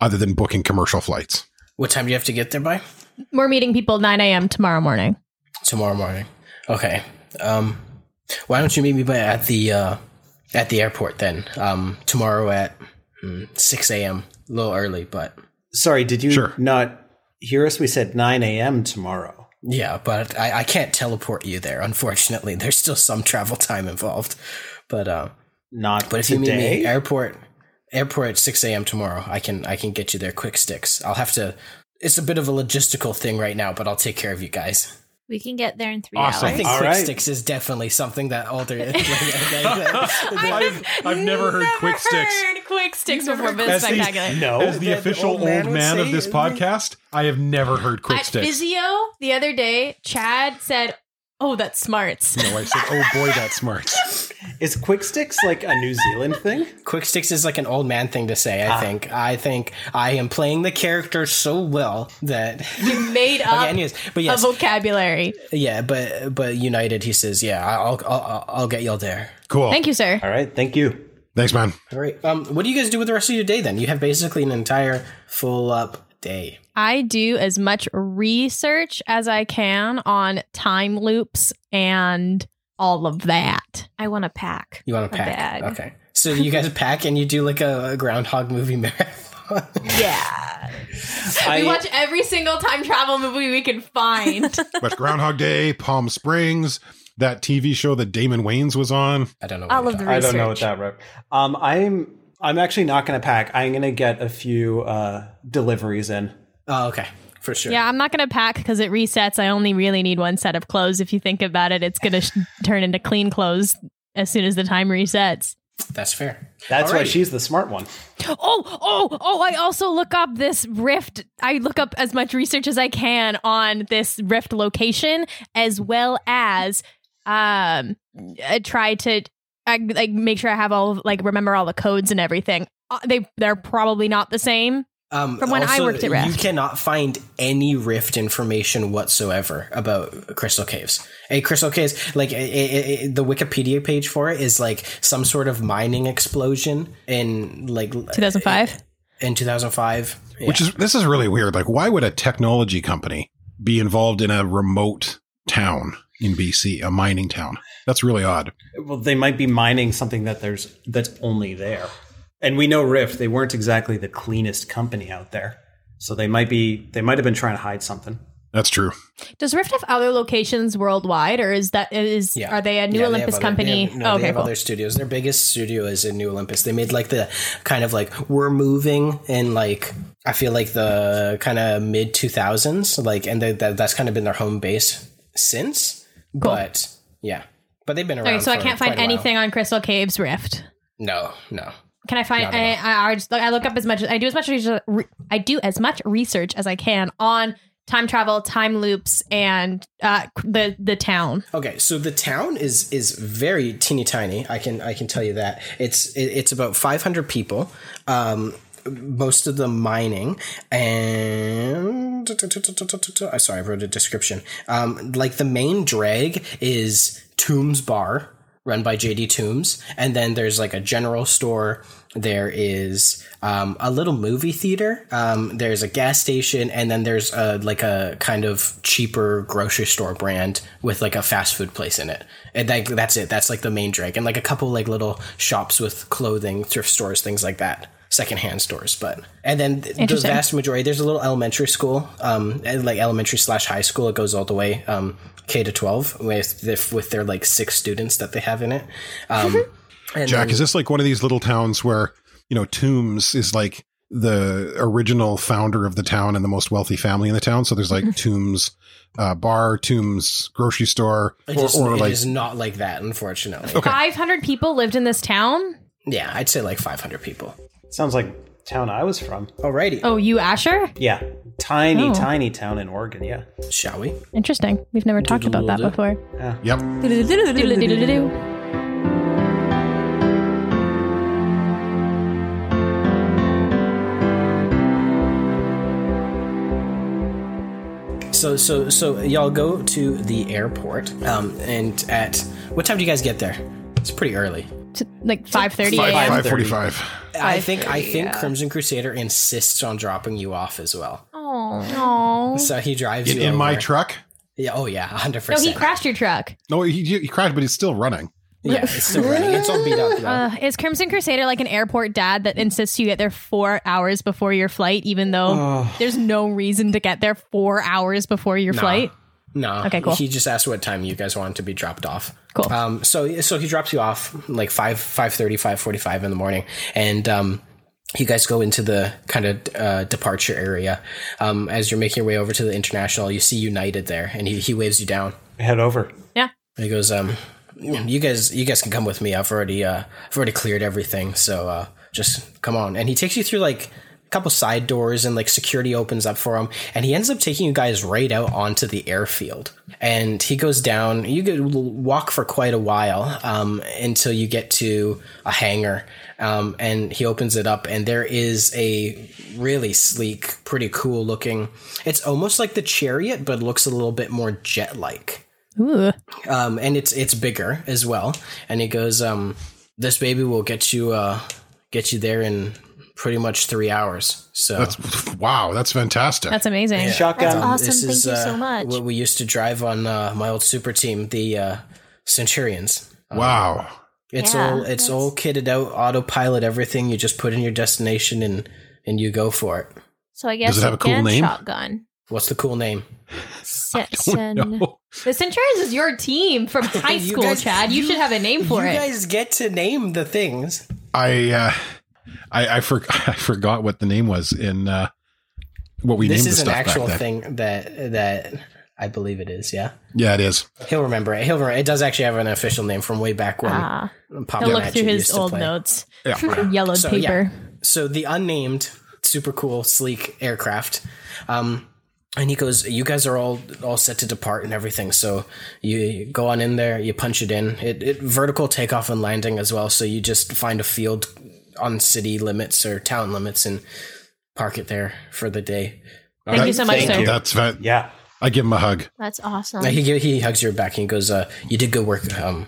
G: other than booking commercial flights.
D: What time do you have to get there by?
C: We're meeting people 9 a.m. tomorrow morning.
D: Tomorrow morning. Okay. Um, why don't you meet me by at the uh, at the airport then? Um, tomorrow at mm, six a.m. A little early, but
F: Sorry, did you
G: Sure.
F: not hear us? We said 9 a.m. tomorrow.
D: yeah. But I, I can't teleport you there. Unfortunately, there's still some travel time involved. But uh,
F: Not
D: but if you meet me at
F: today.
D: airport airport at six a.m. tomorrow, I can I can get you there quick sticks. I'll have to. It's a bit of a logistical thing right now, but I'll take care of you guys.
E: We can get there in three
G: Awesome.
D: I think
F: All
D: quick
F: right.
D: sticks is definitely something that older.
G: I've, I've never heard quick sticks.
C: quick sticks before
G: As
C: Vince
G: the-
C: Spectacular.
F: no.
G: As the
F: that
G: official old man,
F: man would
G: of
F: say
G: this
F: is-
G: podcast, I have never heard quick
C: At
G: sticks.
C: physio the other day, Chad said, "Oh, that's smarts."
G: no, I said, oh boy, that's smart.
F: Is quick sticks like a New Zealand thing?
D: Quick sticks is like an old man thing to say. I think. I think I am playing the character so well that.
C: You made
D: Okay,
C: up
D: anyways, but
C: a
D: yes,
C: vocabulary.
D: yeah, but but United, he says, yeah, I'll I'll, I'll get y'all there.
G: Cool.
C: Thank you, sir.
F: All right. Thank you.
G: Thanks, man.
D: All right. Um, what do you guys do with the rest of your day then? You have basically an entire full up day.
C: I do as much research as I can on time loops and all of that.
E: I want to pack.
D: You want to
E: A
D: pack?
E: bag.
D: Okay. So you guys pack and you do like a, a Groundhog movie marathon.
E: Yeah.
C: we
F: I-
C: watch every single time travel movie we can find.
G: Watch Groundhog Day, Palm Springs, that TV show that Damon Wayans was on.
D: I don't know.
E: All
D: what
E: of the
F: I
E: research.
F: don't know what that rep. Um, I'm I'm actually not going to pack. I'm going to get a few uh, deliveries in.
D: Oh, okay. For sure.
C: yeah, I'm not going to pack because it resets. I only really need one set of clothes. If you think about it, it's going to sh- turn into clean clothes as soon as the time resets.
D: That's fair.
F: That's why
D: Alrighty.
F: she's the smart one.
C: Oh, oh, oh, I also look up this rift. I look up as much research as I can on this rift location as well as um I try to I, like make sure I have all of, like remember all the codes and everything. Uh, they they're probably not the same.
D: Um,
C: From when I worked at
D: You
C: Rift.
D: cannot find any Rift information whatsoever about Crystal Caves. A Crystal Caves, like a, a, a- a- the Wikipedia page for it, is like some sort of mining explosion in like
C: 2005.
D: in 2005. Yeah.
G: Which is this is really weird. Like, why would a technology company be involved in a remote town in BC, a mining town? That's really odd.
F: Well, they might be mining something that there's that's only there. And we know Rift, they weren't exactly the cleanest company out there. So they might be they might have been trying to hide something.
G: That's true.
C: Does Rift have other locations worldwide, or is that is
D: Yeah.
C: are they a New
D: Yeah, they have
C: Olympus
D: other-
C: company?
D: they have- no,
C: Oh,
D: they
C: okay,
D: have
C: cool.
D: other studios. Their biggest studio is in New Olympus. They made like the kind of like we're moving in like I feel like the kind of mid two thousands like, and they, that that's kind of been their home base since. But yeah, but they've been around.
C: Okay, so I
D: for
C: can't find
D: quite a while.
C: anything on Crystal Caves Rift.
D: No, no.
C: Can I find?
D: Not
C: I, I, I just I look up as much. I do as much research. Re, I do as much research as I can on time travel, time loops, and uh, the the town.
D: Okay, so the town is is very teeny tiny. I can I can tell you that it's it, it's about 500 people. Um, most of them mining and I sorry I wrote a description. Um, like the main drag is Tombs Bar, run by JD Tombs, and then there's like a general store. There is um, a little movie theater. Um, there's a gas station, and then there's a like a kind of cheaper grocery store brand with like a fast food place in it. And that, that's it. That's like the main drink, and like a couple like little shops with clothing, thrift stores, things like that. Secondhand stores, but and then th- the
C: Interesting.
D: vast majority. There's a little elementary school, um, and, like elementary slash high school. It goes all the way um, K to twelve with the- with their like six students that they have in it. Um, and
G: Jack,
D: then-
G: is this like one of these little towns where, you know, Tombs is like the original founder of the town and the most wealthy family in the town? So there's like Tombs uh, bar, Tombs grocery store,
D: It
G: or,
D: is-
G: or
D: it
G: like
D: is not like that, unfortunately.
C: Five hundred people lived in this town.
D: Yeah, I'd say like 500 people.
F: Sounds like town I was from.
D: Alrighty,
C: Oh, you Asher?
F: Yeah, tiny,
C: Oh.
F: tiny town in Oregon. Yeah.
D: shall we?
C: Interesting. We've never talked about that before.
G: yep.
C: Doodle-doodle-doodle-doodle-doo.
D: So, so, so y'all go to the airport, um, and at what time do you guys get there? It's pretty early.
C: It's Like five thirty
G: Five-
C: a.m.
G: 545.
D: I think I think Crimson Crusader insists on dropping you off as well.
C: Oh
D: So he drives
G: In,
D: you
G: in my
D: over.
G: truck?
D: Yeah, oh yeah, 100%.
C: no, he crashed your truck.
G: No, he, he crashed, but it's still running.
D: Yeah, it's still running. It's all beat up. though.
C: Uh, is Crimson Crusader like an airport dad that insists you get there four hours before your flight, even though there's no reason to get there four hours before your flight?
D: No.
C: Okay, cool.
D: He just asked what time you guys wanted to be dropped off.
C: Cool.
D: Um, so so he drops you off like 5 5:30 5:45 in the morning and um you guys go into the kind of uh, departure area. Um, as you're making your way over to the international, you see United there, and he, he waves you down.
F: Head over.
C: Yeah.
D: He goes, um, "You guys, you guys can come with me. I've already, uh, I've already cleared everything. So uh, just come on." And he takes you through like a couple side doors, and like security opens up for him, and he ends up taking you guys right out onto the airfield. And he goes down. You could walk for quite a while um, until you get to a hangar. Um, and he opens it up, and there is a really sleek, pretty cool looking. It's almost like the chariot, but looks a little bit more jet like
C: Ooh.
D: um, and it's it's bigger as well. And he goes, um, "This baby will get you uh, get you there in pretty much three hours." So
G: That's wow, that's fantastic.
C: That's amazing.
F: Shotgun.
H: awesome. Thank you so much.
D: uh, what we used to drive on uh, my old super team, the uh, Centurions.
G: wow.
D: It's
H: Yeah,
D: all it's all kitted out, autopilot, everything. You just put in your destination and and you go for it.
H: So I guess
G: Does it have a cool
H: again,
G: name?
H: Shotgun.
D: What's the cool name?
H: Setson.
G: No.
C: The Centurions is your team from high
D: You
C: school,
D: guys-
C: Chad. You, should have a name for
D: you
C: it.
D: guys get to name the things.
G: I uh I I, for, I forgot what the name was in uh what we
D: This
G: named
D: is
G: the
D: an
G: stuff
D: actual
G: back then.
D: thing that that I believe it is. Yeah.
G: Yeah, it is.
D: He'll remember it. He'll remember. It does actually have an official name from way back when.
H: Ah.
D: Pop
C: He'll look
D: Magic
C: through
D: used
C: his
D: to
C: old
D: play.
C: notes.
G: Yeah.
C: Yellowed
D: So,
C: paper.
D: So the unnamed, super cool, sleek aircraft. Um, and he goes, "You guys are all all set to depart and everything. So you, you go on in there. You punch it in. It, it vertical takeoff and landing as well. So you just find a field on city limits or town limits and park it there for the day.
C: Thank you so much,
F: Thank
C: sir.
F: you.
G: That's fa-
F: Yeah.
G: I give him a hug.
H: That's awesome.
D: Uh, He gi- he hugs your back and he goes, uh, "You did good work um,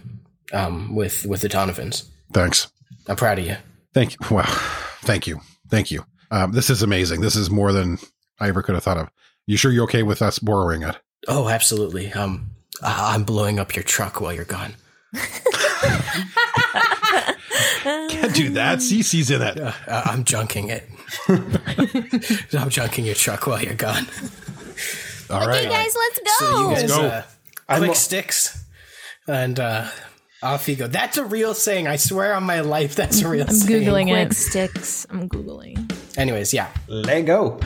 D: um, with with the Donovans.
G: Thanks.
D: I'm proud of you."
G: Thank you. Wow. Thank you. Thank you. Um, this is amazing. This is more than I ever could have thought of. You sure you're okay with us borrowing it?
D: Oh, absolutely. Um, I- I'm blowing up your truck while you're gone.
G: Can't do that.
F: Mm.
G: Cece's in it.
D: Uh, I'm junking it. I'm junking your truck while you're gone.
G: All
H: okay,
G: right.
H: guys, let's go.
D: So you guys
G: go.
D: uh, click sticks, and uh, off you go. That's a real saying. I swear on my life, that's a real
C: I'm
D: saying.
C: Googling
E: Quick
C: it.
E: sticks. I'm googling.
D: Anyways, yeah.
F: Let go.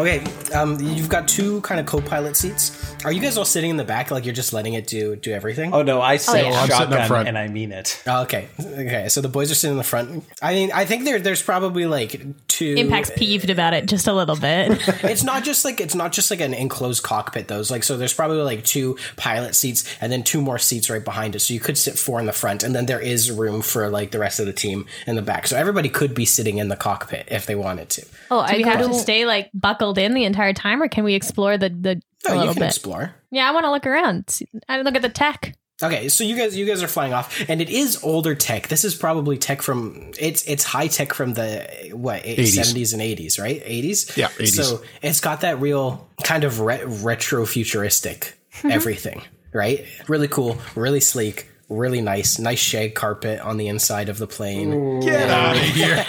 D: Okay, um, you've got two kind of co-pilot seats. Are you guys all sitting in the back like you're just letting it do do everything?
F: Oh no, I say
E: yeah.
G: I'm sitting up
F: shotgun,
G: front.
F: and I mean it.
D: Oh, okay, okay. So the boys are sitting in the front. I mean, I think there there's probably like two
C: Impact's peeved about it just a little bit.
D: It's not just like it's not just like an enclosed cockpit though. It's like so there's probably like two pilot seats and then two more seats right behind it. So you could sit four in the front, and then there is room for like the rest of the team in the back. So everybody could be sitting in the cockpit if they wanted to.
C: Oh, I
E: we
C: have
E: have
C: to
E: to-
C: stay like buckled in the entire time, or can we explore the the a
D: Oh, you
C: little
D: can
C: bit?
D: explore.
C: yeah, I want to look around. See- I look at the tech.
D: Okay, so you guys you guys are flying off, and it is older tech. This is probably tech from it's it's high tech from the what
G: 80s.
D: seventies and eighties, right? Eighties,
G: Yeah, 80s.
D: So it's got that real kind of re- retro futuristic everything, right? Really cool, really sleek, really nice, nice shag carpet on the inside of the plane.
G: Get out of here.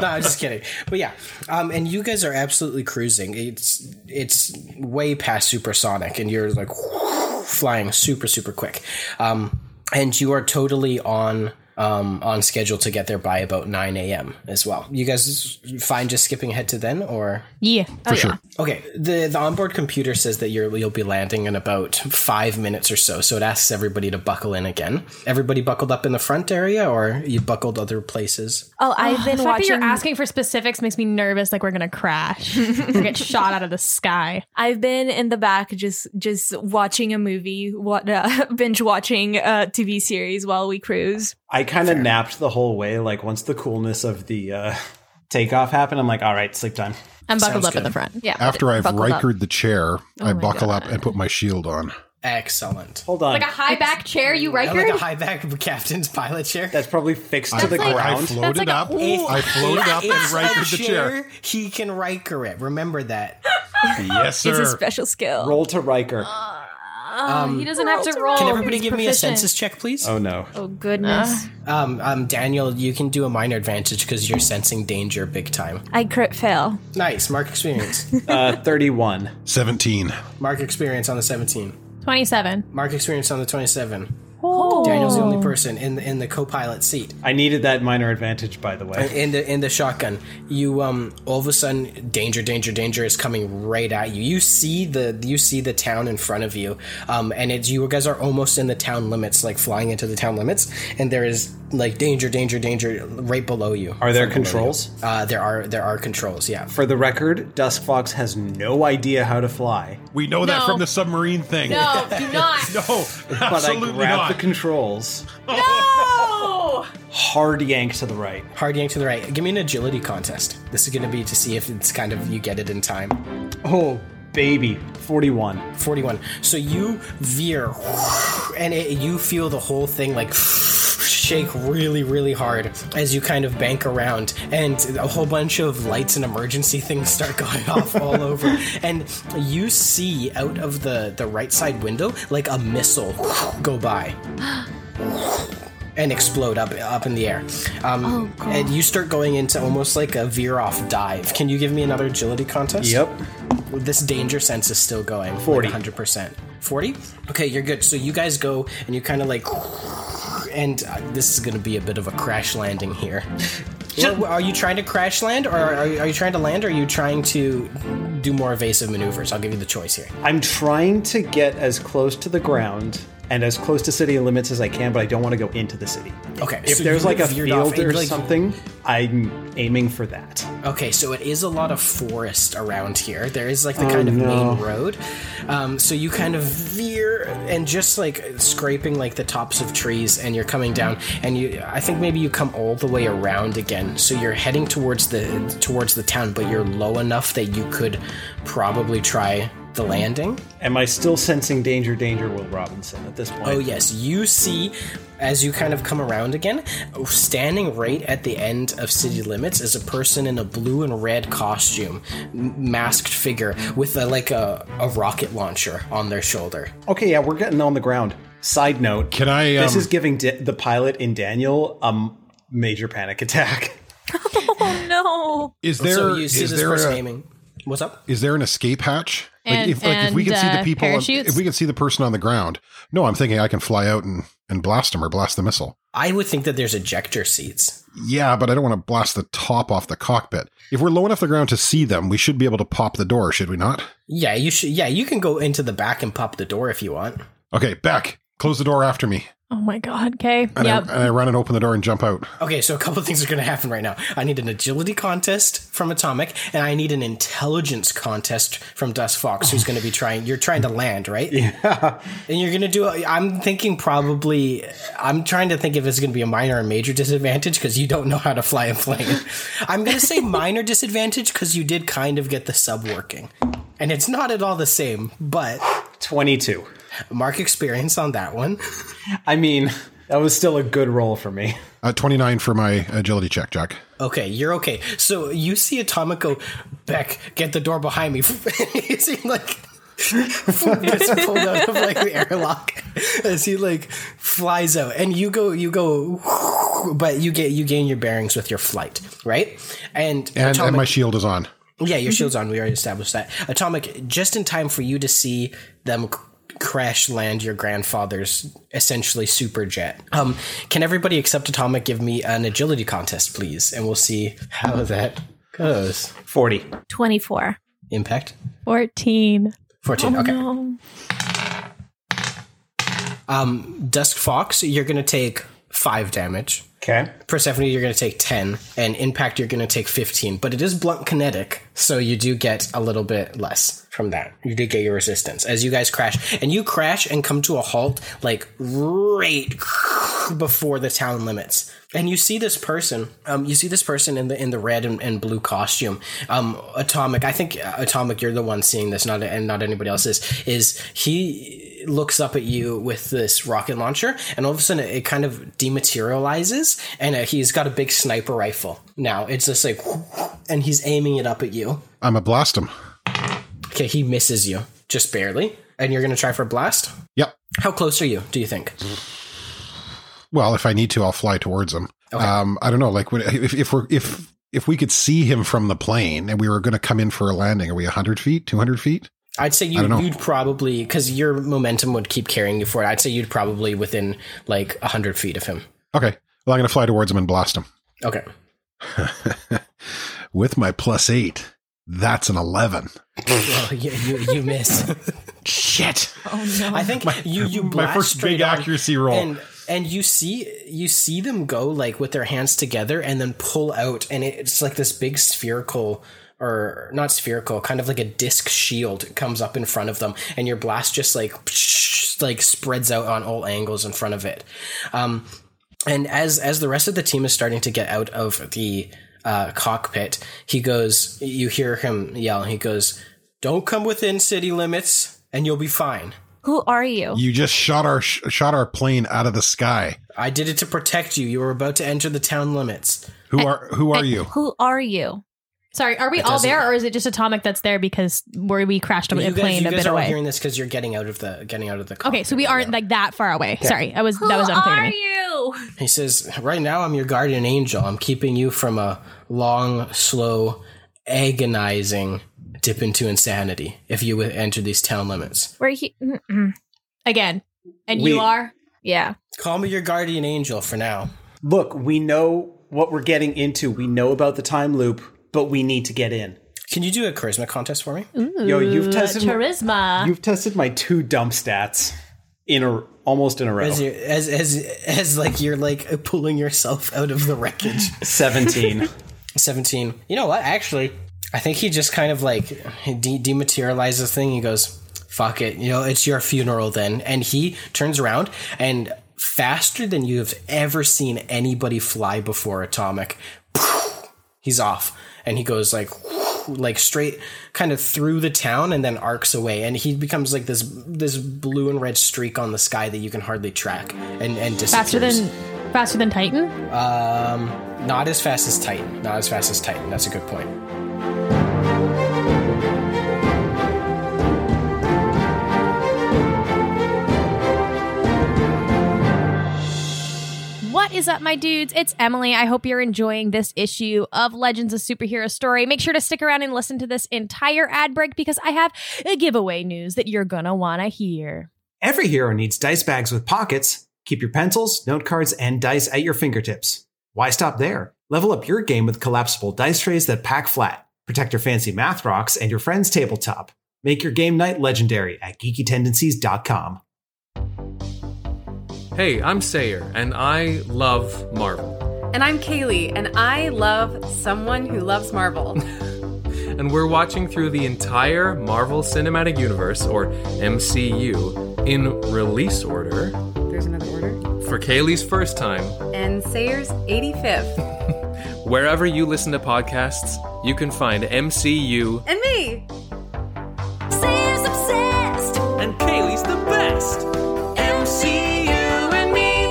D: no, I'm just kidding. But yeah, um, and you guys are absolutely cruising. It's it's way past supersonic, and you're like flying super super quick. Um, and you are totally on um, on schedule to get there by about 9 a.m. as well. You guys fine just skipping ahead to then, or
C: Yeah,
G: For sure.
D: Okay, the the onboard computer says that you're, you'll be landing in about five minutes or so, so it asks everybody to buckle in again. Everybody buckled up in the front area, or you buckled other places?
E: Oh, I've
C: The
E: been
C: fact
E: watching.
C: that you're asking for specifics makes me nervous. Like we're gonna crash or get shot out of the sky.
E: I've been in the back just just watching a movie, what uh, binge watching a TV series while we cruise.
F: I kind of napped the whole way. Like once the coolness of the uh, takeoff happened, I'm like, all right, sleep time.
C: I'm buckled
D: Sounds
C: up in
D: good.
C: the front.
E: Yeah.
G: After I've
E: buckled up.
G: Rikered
C: Oh
G: the chair, I buckle up and put my shield on.
D: Excellent.
F: Hold on,
C: Like a high back chair, you
D: I like a
C: Riker?
D: high back captain's pilot chair.
F: that's probably fixed to
G: I,
F: the
G: I- I
F: ground.
G: floated
C: like a-
G: up.
C: Ooh.
G: I floated up and
D: It's a
G: Rikered the chair.
D: He can Riker it. Remember that.
G: Yes,
E: It's a
G: sir.
E: special skill.
F: Roll to Riker.
C: he doesn't have to roll.
D: Can
H: Oh,
D: everybody
C: He's
D: give me a
C: proficient.
D: census check, please?
F: oh no,
E: Oh goodness!
D: Um, um, Daniel, you can do a minor advantage because you're sensing danger big time.
E: I crit fail.
D: Nice. Mark experience.
F: uh, thirty-one.
G: 17.
D: Mark experience on the 17.
C: 27.
D: Mark experience on the 27.
C: Oh.
D: Daniel's the only person in the, in the co-pilot seat.
F: I needed that minor advantage, by the way.
D: in the in the shotgun you um all of a sudden danger danger danger is coming right at you you see the you see the town in front of you um and it's you guys are almost in the town limits like flying into the town limits and there is like danger danger danger right below you
F: Are there controls?
D: uh there are there are controls yeah
F: For the record, Dusk Fox has no idea how to fly,
G: We know that
C: No.
G: from the submarine thing.
C: No, do not.
G: No,
F: but I
G: absolutely
F: grabbed
G: not.
F: the controls,
C: No!
F: hard yank to the right.
D: hard yank to the right give me an agility contest this is gonna be to see if it's kind of you get it in time
F: Oh baby, forty-one.
D: 41. So you veer, and it, you feel the whole thing like shake really, really hard as you kind of bank around, and a whole bunch of lights and emergency things start going off all over. And you see out of the, the right side window like a missile go by. And explode up up in the air, um, and you start going into almost like a veer off dive. Can you give me another agility contest?
F: Yep.
D: this danger sense is still going
F: 40.
D: 100% 40 okay you're good so you guys go and you kind of like and uh, this is gonna be a bit of a crash landing here Well, are you trying to crash land or are, are you trying to land or are you trying to do more evasive maneuvers i'll give you the choice here
F: I'm trying to get as close to the ground and as close to city limits as I can, but I don't want to go into the city.
D: okay
F: If
D: so
F: there's
D: you
F: like a
D: veered off
F: field
D: and,
F: or
D: like-
F: something, I'm aiming for that.
D: Okay, so it is a lot of forest around here. There is like the kind of main road. Um, so you kind of veer and just like scraping like the tops of trees, and you're coming down. And you, I think maybe you come all the way around again. So you're heading towards the towards the town, but you're low enough that you could probably try the landing.
F: Am I still sensing danger, danger, Will Robinson at this point?
D: Oh yes, you see as you kind of come around again, standing right at the end of city limits is a person in a blue and red costume, m- masked figure with a, like a, a rocket launcher on their shoulder.
F: Okay, yeah, we're getting on the ground. Side note:
G: Can I? Um,
F: This is giving D- the pilot in Daniel a m- major panic attack.
E: Oh no.
G: is there?
D: so you see
G: is
D: this
G: there
D: person
G: a-
D: aiming. What's up?
G: Is there an escape hatch?
C: And-
G: if, if we
C: and,
G: can see the
C: uh,
G: people, on,
C: parachutes?
G: if we can see the person on the ground, no, I'm thinking I can fly out and, and blast them or blast the missile.
D: I would think that there's ejector seats.
G: Yeah, but I don't want to blast the top off the cockpit. If we're low enough the ground to see them, we should be able to pop the door, should we not?
D: Yeah, you should. Yeah, you can go into the back and pop the door if you want.
G: Okay, back. Close the door after me.
C: Oh my god. Okay.
G: And,
C: yep.
G: I, and I run and open the door and jump out.
D: Okay, so a couple of things are going to happen right now. I need an agility contest from Atomic, and I need an intelligence contest from Dust Fox, who's going to be trying. You're trying to land, right?
F: Yeah.
D: And you're going to do. I'm thinking probably. I'm trying to think if it's going to be a minor or major disadvantage because you don't know how to fly a plane. I'm going to say minor disadvantage because you did kind of get the sub working, and it's not at all the same. But
F: Twenty-two.
D: mark experience on that one.
F: I mean, that was still a good roll for me.
G: Uh, 29 for my agility check, Jack.
D: Okay, you're okay. So you see Atomic go, Beck, get the door behind me. Is he like gets pulled out of like the airlock as he like flies out, and you go, you go, but you get you gain your bearings with your flight, right? And
G: And,
D: Atomic-
G: and my shield is on.
D: yeah, your shield's on. We already established that. Atomic, just in time for you to see them c- crash land your grandfather's essentially super jet. Um, can everybody except Atomic give me an agility contest, please? And we'll see how that goes.
F: Forty.
H: 24.
D: Impact?
C: 14.
D: 14. okay.
C: Oh, No.
D: Um, Dusk Fox, you're going to take five damage.
F: Okay.
D: Persephone, you're going to take 10, and Impact, you're going to take 15. But it is blunt kinetic, so you do get a little bit less from that. You did get your resistance as you guys crash. And you crash and come to a halt, like right before the town limits. And you see this person. Um, you see this person in the in the red and, and blue costume. Um, Atomic. I think uh, Atomic. You're the one seeing this, not and not anybody else is. Is he looks up at you with this rocket launcher, and all of a sudden it kind of dematerializes, and uh, he's got a big sniper rifle. Now it's just like, and he's aiming it up at you.
G: I'm a blast him.
D: Okay, he misses you just barely, and you're gonna try for a blast.
G: Yep.
D: How close are you? Do you think?
G: Well, if I need to, I'll fly towards him. Um, I don't know. Like, would- if, if we're if if we could see him from the plane and we were going to come in for a landing, are we hundred feet, two hundred feet?
D: I'd say
G: I
D: you,
G: don't know.
D: you'd probably because your momentum would keep carrying you forward. I'd say you'd probably within like hundred feet of him.
G: Okay. Well, I'm going to fly towards him and blast him
D: Okay,
G: with my plus eight. That's an eleven.
D: well, you, you, you miss.
G: Shit.
C: Oh no.
D: I think you you
G: my
D: blast
G: first
D: straight
G: big
D: on,
G: accuracy roll.
D: and and you see you see them go like with their hands together and then pull out, and it, it's like this big spherical. Or not spherical, kind of like a disc shield comes up in front of them, and your blast just like like spreads out on all angles in front of it. Um, and as as the rest of the team is starting to get out of the uh, cockpit, he goes. You hear him yell. He goes, "Don't come within city limits, and you'll be fine."
H: Who are you?
G: You just shot our sh- shot our plane out of the sky.
D: I did it to protect you. You were about to enter the town limits.
G: Who are who are you?
H: Who are you?
C: Sorry, are we
D: It
C: all
D: doesn't-
C: there or is it just Atomic that's there because where we crashed a
D: you guys,
C: plane
D: you
C: a
D: guys
C: bit
D: are all
C: away?
D: hearing this because you're getting out of the getting out of the.
C: Okay, so we
D: cockpit right
C: aren't
D: now.
C: like that far away. Sorry, I was
H: Who
C: that was unclear to
H: are
C: me.
H: you?
D: He says, "Right now, I'm your guardian angel. I'm keeping you from a long, slow, agonizing dip into insanity. If you would enter these town limits,
H: We're he- mm-mm.
C: Again, and
F: We-
C: you are
H: yeah.
D: call me your guardian angel for now.
F: Look, we know what we're getting into. We know about the time loop, but we need to get in.
D: Can you do a charisma contest for me?
F: Yo, you've
C: Ooh,
F: tested my-
C: charisma.
F: You've tested my two dump stats in a almost in a row.
D: As, you, as as as like you're like pulling yourself out of the wreckage.
F: Seventeen.
D: 17. You know what? Actually, I think he just kind of like de- dematerializes the thing. He goes, fuck it. You know, it's your funeral then. And he turns around and faster than you have ever seen anybody fly before Atomic, he's off. And he goes like, like straight kind of through the town and then arcs away and he becomes like this this blue and red streak on the sky that you can hardly track and and
C: faster
D: disappears.
C: than faster than Titan?
D: Um, not as fast as Titan. Not as fast as Titan. That's a good point.
C: What is up, my dudes? It's Emily. I hope you're enjoying this issue of Legends of Superhero Story. Make sure to stick around and listen to this entire ad break because I have a giveaway news that you're going to want to hear.
F: Every hero needs dice bags with pockets. Keep your pencils, note cards, and dice at your fingertips. Why stop there? Level up your game with collapsible dice trays that pack flat. Protect your fancy math rocks and your friend's tabletop. Make your game night legendary at geekytendencies.com.
I: Hey, I'm Sayer, and I love Marvel.
J: And I'm Kaylee, and I love someone who loves Marvel.
I: And we're watching through the entire Marvel Cinematic Universe, or MCU, in release order
J: There's another order.
I: for Kaylee's first time.
J: And Sayer's 85th.
I: Wherever you listen to podcasts, you can find MCU.
J: And me!
H: Sayers obsessed.
I: And Kaylee's the best!
H: MCU and me.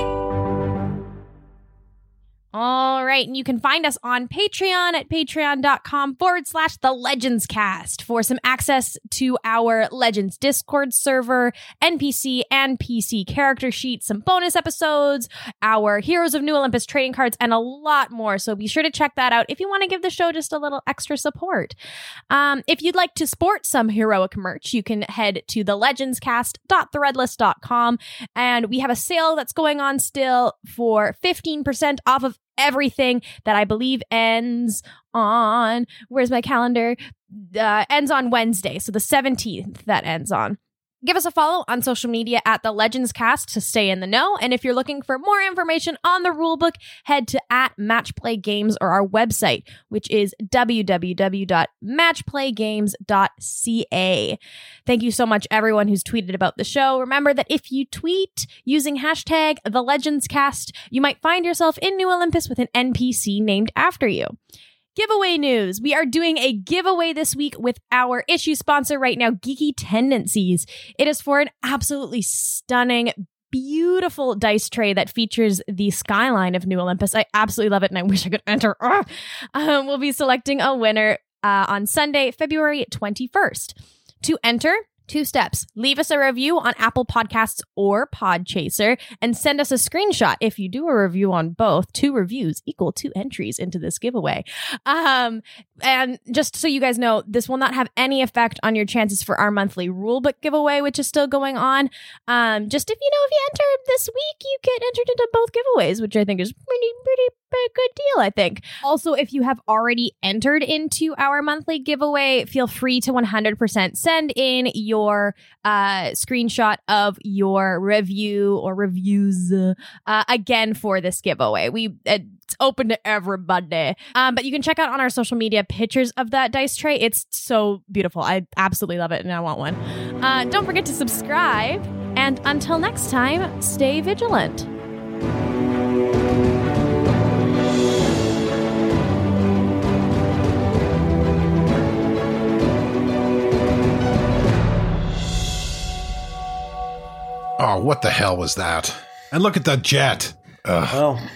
C: All right. And you can find us on Patreon at patreon.com forward slash the Legends Cast for some access to our Legends Discord server, NPC and PC character sheets, some bonus episodes, our Heroes of New Olympus trading cards, and a lot more. So be sure to check that out if you want to give the show just a little extra support. Um, if you'd like to sport some heroic merch, you can head to the legendscast.threadless.com and we have a sale that's going on still for 15% off of everything that I believe ends on where's my calendar uh, ends on Wednesday so the 17th that ends on Give us a follow on social media at the Legends Cast to stay in the know. And if you're looking for more information on the rulebook, head to at Matchplay Games or our website, which is www.matchplaygames.ca. Thank you so much, everyone who's tweeted about the show. Remember that if you tweet using hashtag the Legends Cast, you might find yourself in New Olympus with an NPC named after you. Giveaway news. We are doing a giveaway this week with our issue sponsor right now, Geeky Tendencies. It is for an absolutely stunning, beautiful dice tray that features the skyline of New Olympus. I absolutely love it and I wish I could enter. Ah! Um, we'll be selecting a winner uh, on Sunday, February 21st. To enter, two steps leave us a review on Apple Podcasts or Podchaser and send us a screenshot. If you do a review on both, two reviews equal two entries into this giveaway. Um, and just so you guys know, this will not have any effect on your chances for our monthly rulebook giveaway, which is still going on. Um, just if you know, if you enter this week, you get entered into both giveaways, which I think is pretty, pretty, pretty good deal, I think. Also, if you have already entered into our monthly giveaway, feel free to 100% send in your uh, screenshot of your review or reviews uh, again for this giveaway. We it's open to everybody. Um, but you can check out on our social media pictures of that dice tray. It's so beautiful. I absolutely love it, and I want one. Uh, don't forget to subscribe. And until next time, stay vigilant.
G: Oh, what the hell was that? And look at the jet. Ugh.
F: Well,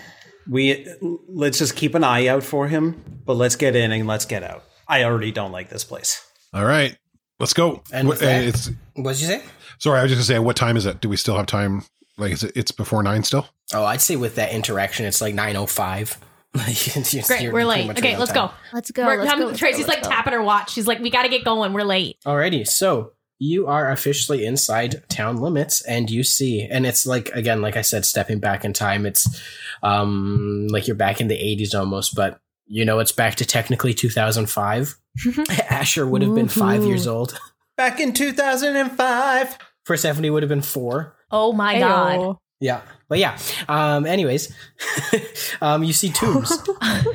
F: we let's just keep an eye out for him, but let's get in and let's get out. I already don't like this place.
G: All right, let's go.
D: And with
G: What- uh,
D: that-
G: it's
D: What'd you say?
G: sorry. I was just gonna say, what time is it? Do we still have time? Like, is it, it's before nine still?
D: Oh, I'd say with that interaction, it's like nine oh five.
C: Great, we're late. Okay, let's go.
H: Let's go.
C: We're-
H: let's
C: um,
H: go, let's go,
C: Tracy's
H: let's
C: like
H: go.
C: tapping her watch. She's like, we got to get going. We're late.
D: Alrighty, so you are officially inside town limits, and you see, and it's like again, like I said, stepping back in time. It's um like you're back in the '80s almost, but you know it's back to technically 2005. Asher would have been five
C: Ooh.
D: years old.
F: Back in 2005.
D: Persephone would have been four.
C: Oh my God.
D: Yeah, but yeah. Um, anyways, um, you see tombs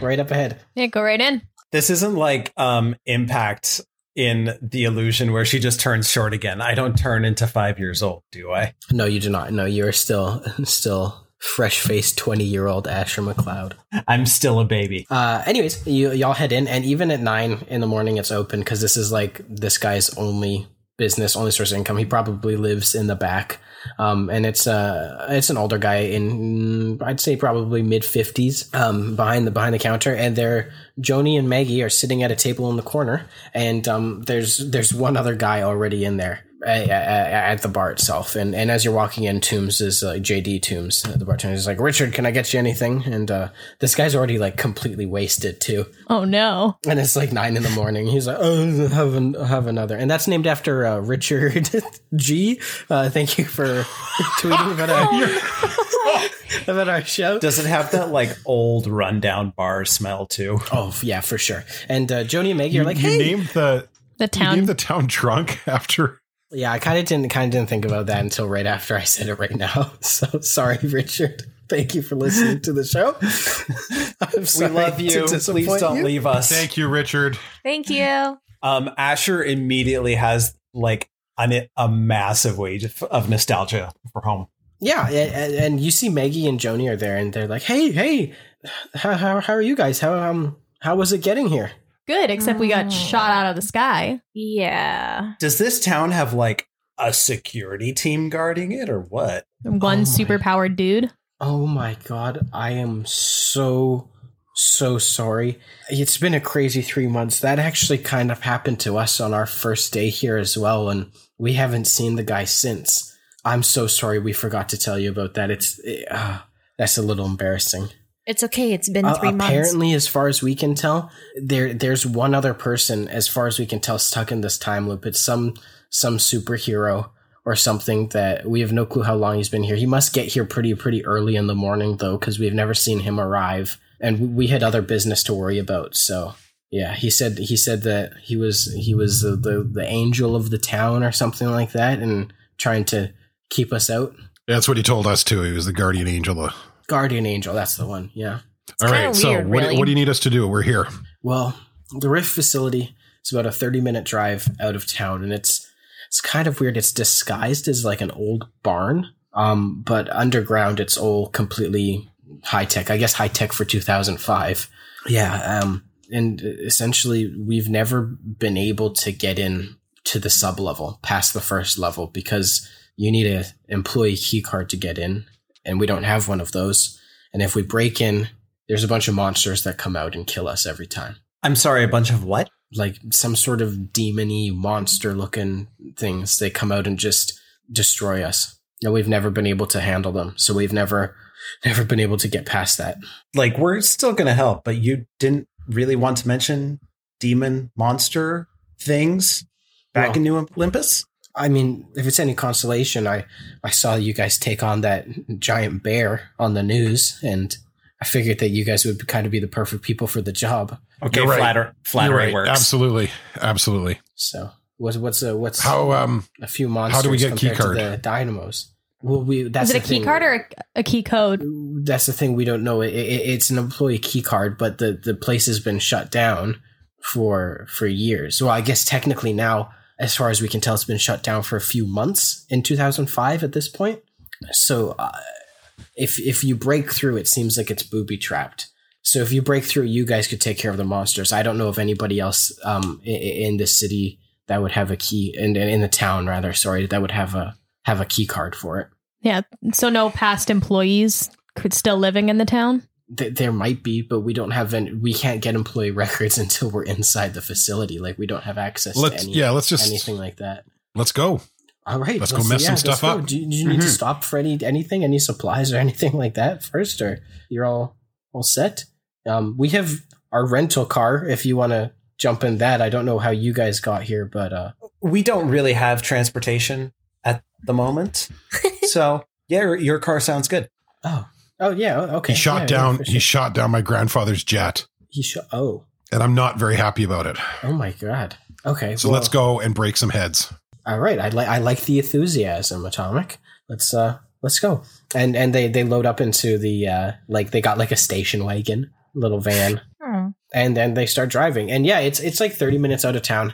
D: right up ahead.
C: Yeah, go right in.
F: This isn't like um impact in the illusion where she just turns short again. I don't turn into five years old, do I?
D: No, you do not. No, you are still still fresh faced twenty year old Asher McLeod.
F: I'm still a baby.
D: Uh, anyways, you y'all head in, and even at nine in the morning, it's open because this is like this guy's only business, only source of income. He probably lives in the back, um, and it's uh it's an older guy in mm, I'd say probably mid fifties, um, behind the behind the counter, and they're Joni and Maggie are sitting at a table in the corner, and um, there's there's one other guy already in there. at, at the bar itself. And and as you're walking in, Tombs is uh, like JD Tombs, the bartender is like, Richard, can I get you anything? And uh, this guy's already like completely wasted too.
C: Oh no.
D: And it's like nine in the morning. He's like, oh, have an, have another, and that's named after uh, Richard G. Uh, thank you for tweeting about our about our show.
F: Does it have that like old rundown bar smell too?
D: Oh f- yeah, for sure. And uh, Joni and Maggie
G: You,
D: are like,
G: you
D: hey,
G: named the
C: The
G: you
C: town
G: named the town drunk after.
D: yeah. I kind of didn't kind of didn't think about that until right after I said it. Right now, so sorry, Richard. Thank you for listening to the show. I'm sorry
F: we love
D: to
F: you.
D: disappoint
F: Please don't
D: you.
F: leave us.
G: Thank you, Richard.
J: Thank you.
F: Um, Asher immediately has like an, a massive wave of- of nostalgia for home.
D: Yeah, and, and you see Maggie and Joni are there, and they're like, "Hey, hey, how, how, how are you guys? How um how was it getting here?"
C: good, except we got
D: Mm.
C: shot out of the sky.
E: Yeah.
F: Does this town have like a security team guarding it or what?
D: Oh my.
C: One super superpowered dude.
D: Oh my god, I am so so sorry. It's been a crazy three months. That actually kind of happened to us on our first day here as well, and we haven't seen the guy since. I'm so sorry we forgot to tell you about that. It's uh, that's a little embarrassing.
K: It's okay. It's been
D: Uh,
K: three months.
D: Apparently, as far as we can tell, there there's one other person, as far as we can tell, stuck in this time loop. It's some some superhero or something that we have no clue how long he's been here. He must get here pretty pretty early in the morning though, because we've never seen him arrive, and we- we had other business to worry about. So yeah, he said he said that he was he was the the, the angel of the town or something like that, and trying to keep us out.
G: That's what he told us too. He was the guardian angel. uh, All
D: Guardian angel, that's the one. Yeah.
G: right.
K: kinda
G: so
K: weird,
G: what,
K: really.
G: what do you need us to do? We're here.
D: Well, the Rift facility is about a 30 minute drive out of town, and it's it's kind of weird. It's disguised as like an old barn, um, but underground, it's all completely high tech. I guess high tech for 2005. Yeah. Um, and essentially, we've never been able to get in to the sub level past the first level because you need a employee key card to get in, and we don't have one of those. And if we break in, there's a bunch of monsters that come out and kill us every time.
F: I'm sorry, a bunch of what?
D: Like some sort of demony monster looking things. They come out and just destroy us. And we've never been able to handle them. So we've never never been able to get past that.
F: Like we're still gonna help, but you didn't really want to mention demon monster things back
D: No.
F: in New Olympus.
D: I mean, if it's any consolation, I, I saw you guys take on that giant bear on the news and I figured that you guys would kind of be the perfect people for the job.
F: Okay,
G: You're right.
F: flatter flattery
G: You're right.
F: works.
G: Absolutely, absolutely.
D: So what's what's a what's
G: How um
D: a few monsters
G: how do we get key
D: compared to
G: card?
D: the dynamos? Well, we that's
C: Is it
D: the
C: a key
D: thing.
C: card or a, a key code?
D: that's the thing we don't know it, it, it's an employee key card but the, the place has been shut down for for years well i guess technically now as far as we can tell it's been shut down for a few months in 2005 at this point so uh, if if you break through it seems like it's booby trapped so if you break through you guys could take care of the monsters i don't know of anybody else um in, in the city that would have a key in, in the town rather sorry that would have a have a key card for it
C: Yeah. So no past employees could still living in the town.
D: Th- there might be, but we don't have any. We can't get employee records until we're inside the facility. Like we don't have access
G: let's
D: to any,
G: yeah let's just
D: anything like that.
G: let's go.
D: All right,
G: Let's go mess some stuff
D: go.
G: up. Mm-hmm.
D: Do, you- do you need to stop for any anything, any supplies or anything like that first, or you're all all set? Um, we have our rental car. If you want to jump in that, I don't know how you guys got here, but uh,
F: we don't really have transportation at the moment. so yeah, your- your car sounds good.
D: oh, oh yeah, okay.
G: He shot
D: Yeah, yeah,
G: down
D: for
G: he
D: sure.
G: shot down my grandfather's jet,
D: he shot. Oh,
G: and I'm not very happy about it.
D: oh my god. Okay,
G: So
D: well-
G: let's go and break some heads.
D: All right, I like I like the enthusiasm, Atomic. Let's uh let's go. And and they they load up into the uh like they got like a station wagon, little van, and then they start driving. And yeah, it's it's like 30 minutes out of town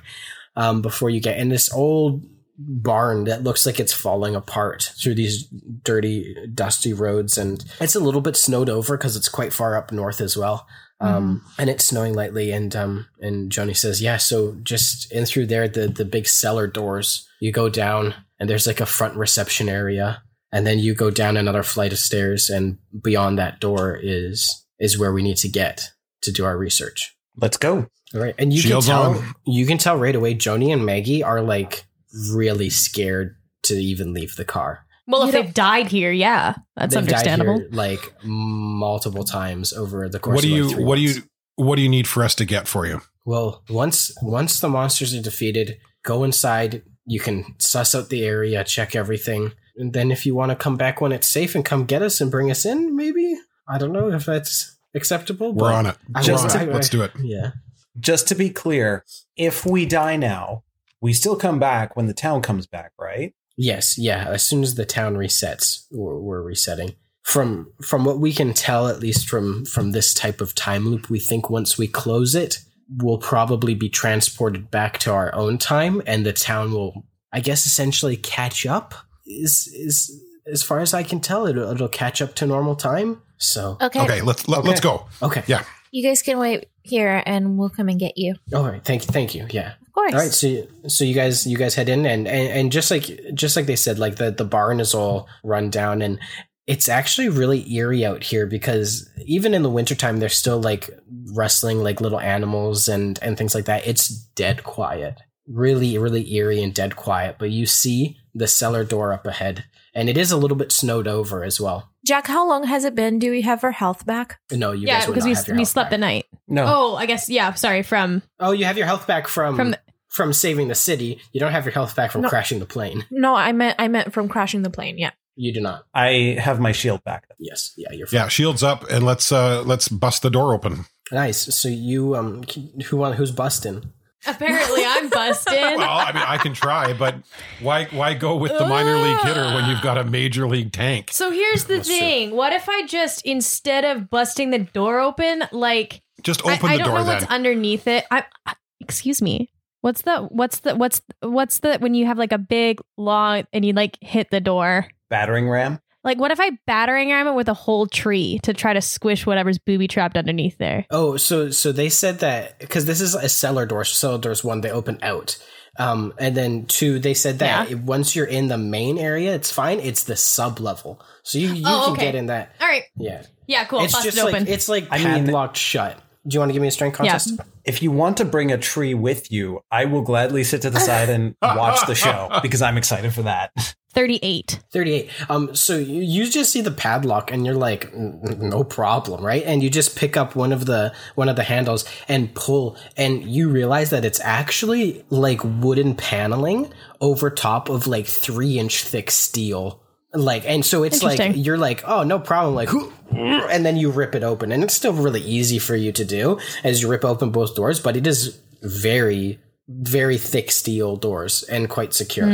D: um before you get in this old barn that looks like it's falling apart through these dirty dusty roads and it's a little bit snowed over cuz it's quite far up north as well. Um, and it's snowing lightly. And um, and Johnny says, "Yeah, so just in through there, the the big cellar doors. You go down, and there's like a front reception area, and then you go down another flight of stairs, and beyond that door is is where we need to get to do our research.
F: Let's go.
D: All right, and you
G: Shields
D: can tell
G: on.
D: you can tell right away. Joni and Maggie are like really scared to even leave the car.
C: Well,
E: You
C: if
E: don't-
C: they've died here, yeah, that's
D: They've died here,
C: understandable.
D: like multiple times over the course.
G: What do
D: of like
G: you
D: three
G: what do
D: months.
G: you what do you need for us to get for you?
D: Well, once once the monsters are defeated, go inside. You can suss out the area, check everything, and then if you want to come back when it's safe and come get us and bring us in, maybe I don't know if that's acceptable.
G: We're
D: but-
G: on it.
D: I
G: We're
D: was-
G: on it.
D: I-
G: Let's do it.
D: Yeah,
F: Just to be clear, if we die now, we still come back when the town comes back, right?
D: Yes, yeah. As soon as the town resets, we're, we're resetting. From from what we can tell, at least from from this type of time loop, we think once we close it, we'll probably be transported back to our own time, and the town will, I guess, essentially catch up. Is is as far as I can tell, it'll, it'll catch up to normal time. So
E: Oh.
K: Okay.
G: Okay, let's let, us let us go.
D: okay,
G: Yeah.
K: You guys can wait here and we'll come and get you.
D: all right. Thank you, thank you. Yeah.
K: Of course.
D: All right, so so you guys you guys head in and, and and just like just like they said, like the the barn is all run down and it's actually really eerie out here because even in the wintertime they're still like wrestling like little animals and and things like that. It's dead quiet. Really, really eerie and dead quiet. But you see the cellar door up ahead. And it is a little bit snowed over as well.
E: Jack, how long has it been? Do we have our health back?
D: No, you
C: yeah,
D: guys would
C: because
D: not
C: we
D: have your
C: we
D: health
C: slept
D: back.
C: the night.
F: No.
C: Oh, I guess yeah. Sorry, from
D: Oh, you have your health back from
C: From
D: from,
C: the-
D: saving the city. You don't have your health back from
E: No.
D: crashing the plane.
E: No, I meant I meant from crashing the plane. Yeah.
D: You do not.
F: I have my shield back.
D: Yes. Yeah, you're fine.
G: Yeah, shields up and let's uh let's bust the door open.
D: Nice. So you um who want who's busting?
C: apparently I'm busted.
G: Well, I mean I can try, but why why go with the minor league hitter when you've got a major league tank?
C: So here's the thing. What if I just instead of busting the door open, like
G: Just
C: I-
G: open
C: I,
G: the
C: don't
G: door
C: know what's
G: then.
C: underneath it. I, I- excuse me. What's the what's the what's what's the when you have like a big long and you like hit the door?
F: Battering ram.
C: Like what if I battering ram it with a whole tree to try to squish whatever's booby trapped underneath there?
D: Oh, so so they said that because this is a cellar door. So cellar doors one they open out, um, and then two they said that if- once you're in the main area, it's fine. It's the sub level, so you you
C: Oh,
D: can
C: okay.
D: get in that.
C: All right.
D: Yeah,
C: Yeah, cool.
D: it's
C: Bust
D: just
C: it open.
D: like it's like
F: I mean-
D: padlocked shut. Do you want to give me a strength
C: Yeah.
D: contest?
F: If you want to bring a tree with you, I will gladly sit to the side and watch the show because I'm excited for that.
C: 38.
D: 38 um so you, you just see the padlock and you're like "N- n- no problem right and you just pick up one of the one of the handles and pull and you realize that it's actually like wooden paneling over top of like three inch thick steel like and so it's like
C: Interesting.
D: you're like oh no problem like "Hoo- mm," and then you rip it open and it's still really easy for you to do as you rip open both doors but it is very very thick steel doors and quite secure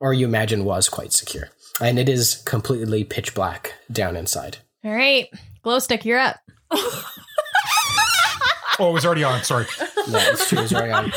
D: or you imagine was quite secure. And it is completely pitch black down inside.
C: All right. Glow stick, you're up.
G: Oh, it was already on, sorry.
D: Yeah, it's true, it's very on.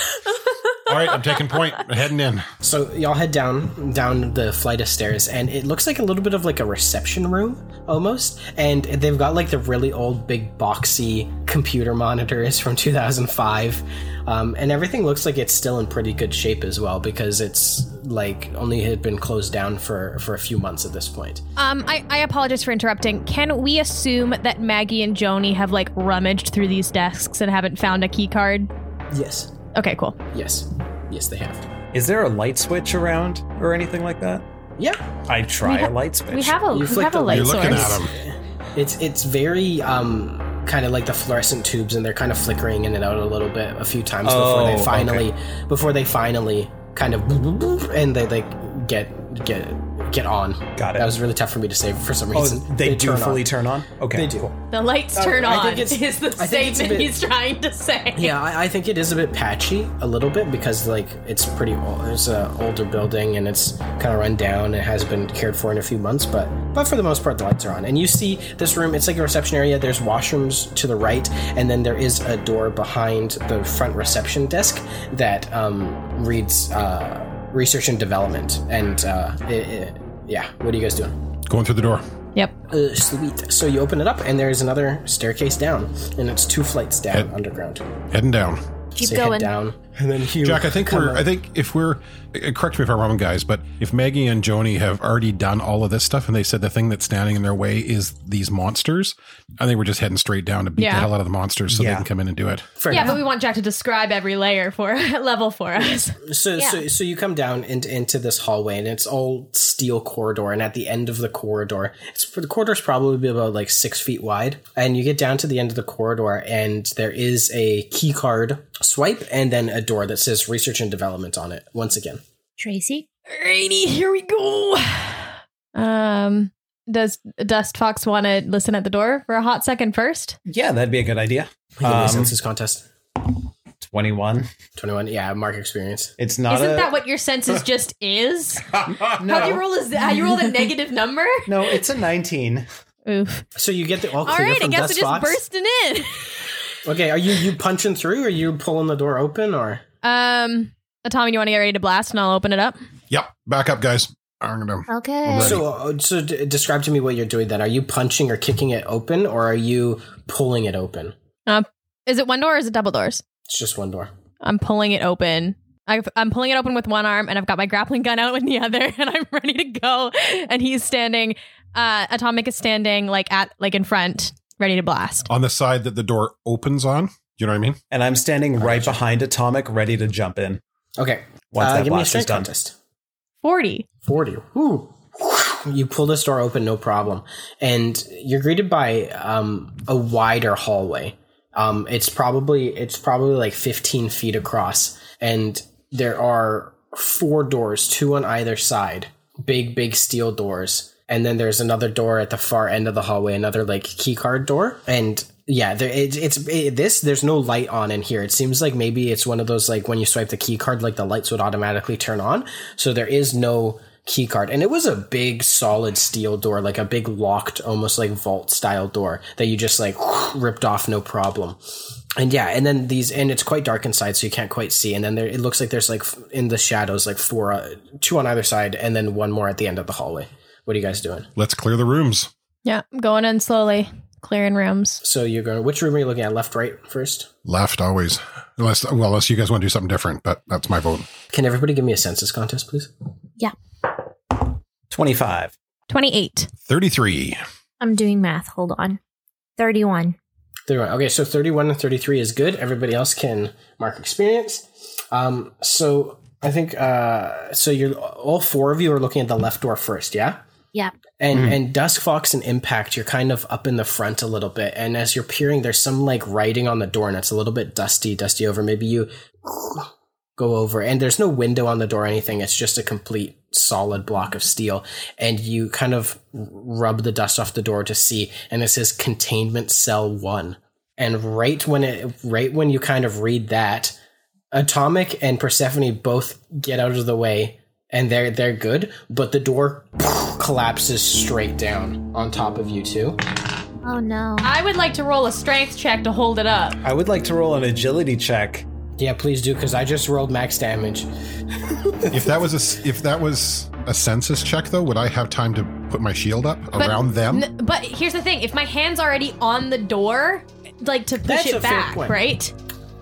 G: All right, I'm taking point. Heading in.
D: So y'all head down down the flight of stairs, and it looks like a little bit of like a reception room almost. And they've got like the really old, big, boxy computer monitors from 2005, um, and everything looks like it's still in pretty good shape as well because it's like only had been closed down for for a few months at this point.
C: Um, I, I apologize for interrupting. Can we assume that Maggie and Joni have like rummaged through these desks and haven't found a key card?
D: Yes,
C: Okay, cool.
D: yes, yes, they have.
F: Is there a light switch around or anything like that?
D: Yeah,
F: I try
C: We ha-
F: a light switch.
C: We have a
D: You
C: we
D: flicked
C: Oh, have a
D: the-
C: light
G: You're looking
C: source.
G: at him.
D: It's it's very um kind of like the fluorescent tubes, and they're kind of flickering in and out a little bit a few times before
F: Oh,
D: they finally before they finally kind of boop, boop, boop, and they like get get get on.
F: Got it.
D: That was really tough for me to say for some
F: oh,
D: reason.
F: they, do
D: turn
F: fully
D: on.
F: turn on. Okay,
D: They do.
C: The lights turn
D: I
C: on
D: think it's-
C: is the
D: I think it's a
C: statement
D: bit-
C: he's trying to say.
D: Yeah, I, I think it is a bit patchy a little bit because like it's pretty old. It's an older building and it's kind of run down. It has been cared for in a few months, but but for the most part, the lights are on. And you see this room. It's like a reception area. There's washrooms to the right, and then there is a door behind the front reception desk that um, reads uh, research and development. And uh, i i yeah, what are you guys doing?
G: Going through the door.
C: Yep.
D: Uh, sweet. So you open it up, and there is another staircase down, and it's two flights down underground.
G: Heading down.
K: Keep
D: So you head
K: going.
D: down. And then Hugh.
G: Jack, I think
D: come
G: we're.
D: up.
G: I think if we're. uh, Correct me if I'm wrong, guys, but if Maggie and Joni have already done all of this stuff, and they said the thing that's standing in their way is these monsters, I think we're just heading straight down to beat
C: Yeah.
G: the hell out of the monsters so they
D: Yeah.
G: can come in and do it.
C: yeah, but we want Jack to describe every layer for level for us.
D: So,
C: Yeah.
D: so, so you come down into, into this hallway, and it's all steel corridor. And at the end of the corridor, it's the corridor's probably about like six feet wide. And you get down to the end of the corridor, and there is a key card swipe, and then a door that says research and development on it. Once again,
K: Tracy?
C: Alrighty, here we go. Um, does Dust Fox want to listen at the door for a hot second first?
L: Yeah, that'd be a good idea.
D: Give me a
L: Um,
D: census contest.
L: 21.
D: Twenty-one. Yeah, mark experience.
L: It's not
C: Isn't
L: a,
C: that what your census just is?
L: No.
C: How do you roll a how you rolled a negative number?
L: No, it's a 19.
C: Oof.
D: So you get the all
C: All
D: clear
C: right, I
D: from
C: guess
D: Dust
C: we're just
D: Fox.
C: bursting in.
D: okay, are you you punching through? Or are you pulling the door open? Or
C: Um, Tommy, you want to get ready to blast, and I'll open it up.
G: Yep. Back up, guys. I'm gonna.
K: Okay.
D: so uh, so d- describe to me what you're doing. Then are you punching or kicking it open, or are you pulling it open?
C: Uh, is it one door or is it double doors?
D: It's just one door.
C: I'm pulling it open. I've, I'm pulling it open with one arm, and I've got my grappling gun out with the other, and I'm ready to go. And he's standing. Uh, Atomic is standing like at like in front, ready to blast.
G: On the side that the door opens on. Do you know what I mean?
L: And I'm standing right behind Atomic, ready to jump in.
D: Okay.
L: Once
D: uh,
L: that
D: give me a
L: blast is
D: strength
L: done.
D: contest.
C: Forty.
D: 40. Ooh. You pull this door open, no problem. And you're greeted by um, a wider hallway. Um, it's probably it's probably like 15 feet across, and there are four doors, two on either side, big big steel doors. And then there's another door at the far end of the hallway, another like key card door. And yeah, there, it, it's it, this. There's no light on in here. It seems like maybe it's one of those like when you swipe the key card, like the lights would automatically turn on. So there is no key card and it was a big solid steel door like a big locked almost like vault style door that you just like ripped off no problem and yeah and then these and it's quite dark inside so you can't quite see and then there it looks like there's like f- in the shadows like four uh, two on either side and then one more at the end of the hallway what are you guys doing
G: Let's clear the rooms.
C: Yeah, I'm going in slowly, clearing rooms.
D: so you're going which room are you looking at left right first
G: Left always. Unless, well, unless you guys want to do something different, but that's my vote.
D: can everybody give me a census contest please
L: 25.
C: Twenty-eight.
G: 33.
K: I'm doing math. Hold on. 31.
D: 31. Okay, so 31 and 33 is good. Everybody else can mark experience. Um, so I think uh, so you're all four of you are looking at the left door first, yeah?
K: Yeah.
D: And
L: Mm.
D: and Dusk Fox and Impact, you're kind of up in the front a little bit, and as you're peering, there's some like writing on the door, and it's a little bit dusty, dusty over. Maybe you go over, and there's no window on the door or anything. It's just a complete solid block of steel, and you kind of rub the dust off the door to see, and it says containment cell one. And right when it, right when you kind of read that, Atomic and Persephone both get out of the way and they're they're good, but the door collapses straight down on top of you two.
K: Oh, no.
C: I would like to roll a strength check to hold it up.
L: I would like to roll an agility check.
D: Yeah, please do because I just rolled max damage.
G: If that was a s- if that was a census check though, would I have time to put my shield up around them?
C: N- but here's the thing: if my hand's already on the door, like to push
D: That's a
C: it
D: fair
C: back,
D: point.
C: right?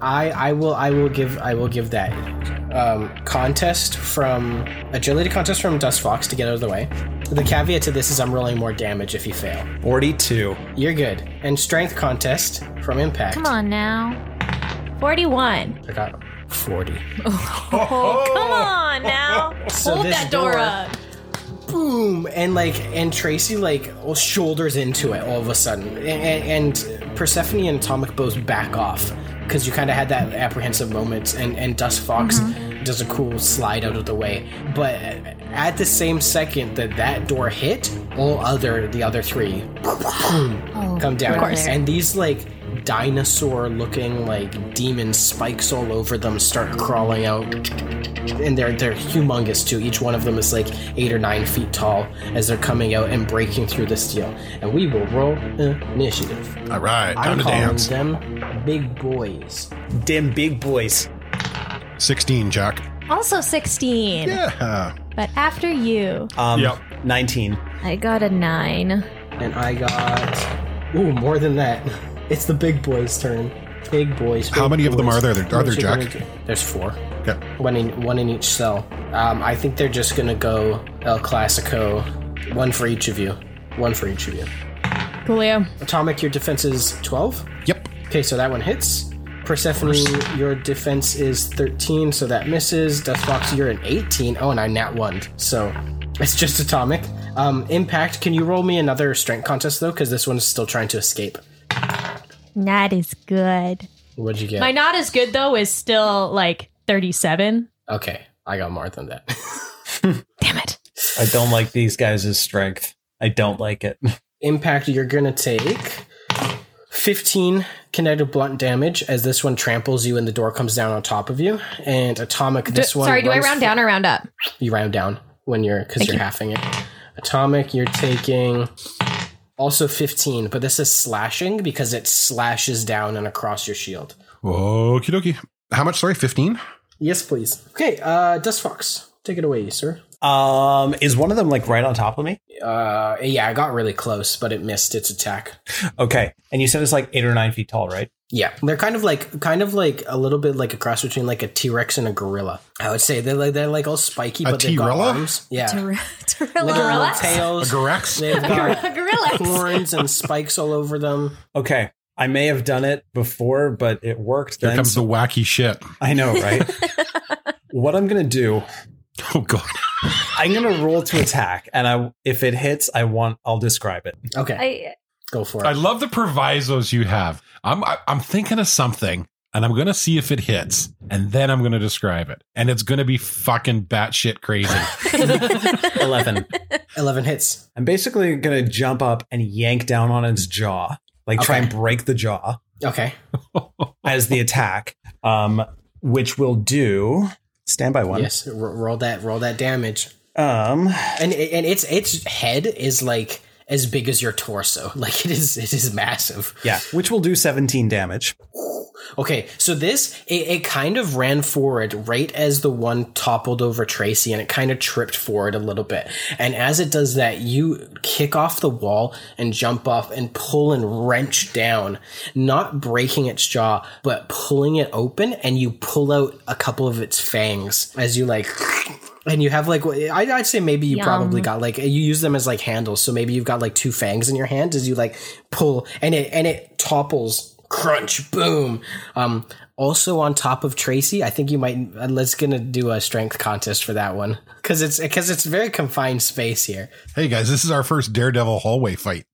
D: I I will I will give I will give that um, contest from agility contest from Dust Fox to get out of the way. The caveat to this is I'm rolling more damage if you fail.
L: 42.
D: You're good. And strength contest from Impact.
K: Come on now.
C: Forty-one.
D: I got forty.
C: Oh, come on now,
D: So
C: hold
D: this
C: that door,
D: door-
C: up.
D: boom and like and tracy like shoulders into it all of a sudden and, and, and persephone and atomic both back off because you kind of had that apprehensive moment and and dust fox does a cool slide out of the way but at the same second that that door hit all other the other three
K: Oh,
D: come down
K: Of course.
D: and these like dinosaur looking like demon spikes all over them start crawling out and they're they're humongous too each one of them is like eight or nine feet tall as they're coming out and breaking through the steel and we will roll initiative
G: All right, time
D: i'm
G: to
D: calling
G: dance.
D: them big boys
L: Damn big boys.
G: 16, Jack.
C: Also sixteen,
G: Yeah.
C: but after you.
F: Uh,
L: Um,
B: Yep.
L: 19.
K: I got a 9.
D: and i got ooh more than that it's the big boys turn Big boys.
G: How
D: big
G: many of them
D: boys.
G: are there? Are there,
D: How much
G: Jack?
D: gonna do? There's four.
G: Okay.
D: One in one in each cell. Um, I think they're just gonna go El Clasico, one for each of you, one for each of you.
H: Coolio.
D: Atomic, your defense is twelve.
G: Yep.
D: Okay, so that one hits. Persephone, your defense is thirteen, so that misses. Deathbox, you're an eighteen. Oh, and I nat one, so it's just atomic. Um, impact, can you roll me another strength contest though? Because this one's still trying to escape.
H: Not as good.
D: What'd you get?
H: My not as good though is still like 37.
D: okay, I got more than that.
F: I don't like these guys' strength. I don't like it.
D: impact you're gonna take 15 kinetic blunt damage as this one tramples you and the door comes down on top of you and atomic
H: Do-
D: this one
H: sorry, do I
D: runs
H: round
D: for-
H: down or round up?
D: you round down when you're because
H: Thank
D: you're
H: you.
D: halving it atomic you're taking also 15 but this is slashing because it slashes down and across your shield
G: Okie dokie. How much? Sorry, 15?
D: yes please okay uh dust fox take it away sir
F: Um, is one of them like right on top of me?
D: uh yeah i got really close but it missed its attack
F: Okay. And you said it's like eight or nine feet tall, right?
D: Yeah, they're kind of like, kind of like a little bit like a cross between like a T Rex and a gorilla. I would say they're like they're like all spiky,
G: A
D: but they've got
G: T-rella?
D: arms. Yeah,
E: Torilla.
D: Little tails.
G: A Gorax?
D: They've got
E: Gorilla.
D: horns and spikes all over them.
F: Okay. I may have done it before, but it worked
G: There
F: then.
G: comes the
F: so-
G: wacky shit.
F: I know, right? what I'm gonna do,
G: Oh, God.
F: I'm gonna roll to attack, and I if it hits, I want I'll describe it.
D: Okay,
M: I,
D: go for it.
G: I love the provisos you have. I'm I, I'm thinking of something, and I'm gonna see if it hits, and then I'm gonna describe it, and it's gonna be fucking batshit crazy.
F: Eleven.
D: Eleven hits.
F: I'm basically gonna jump up and yank down on its jaw, like try
D: Okay.
F: and break the jaw
D: Okay,
F: as the attack, um, which will do. Stand by one.
D: yes, ro- roll that, roll that damage,
F: Um,
D: and and its its head is like as big as your torso. Like it is, it is massive.
F: yeah, which will do 17 damage.
D: Okay, so this it, it kind of ran forward right as the one toppled over Tracy, and it kind of tripped forward a little bit. And as it does that, you kick off the wall and jump off and pull and wrench down, not breaking its jaw, but pulling it open, and you pull out a couple of its fangs as you like. And you have like, I- I'd say maybe you probably
H: Yum.
D: got like, you use them as like handles. So maybe you've got like two fangs in your hand as you like pull and it, and it topples crunch boom um also on top of tracy i think you might uh, let's gonna do a strength contest for that one because it's because it's very confined space here
G: hey guys, this is our first Daredevil hallway fight,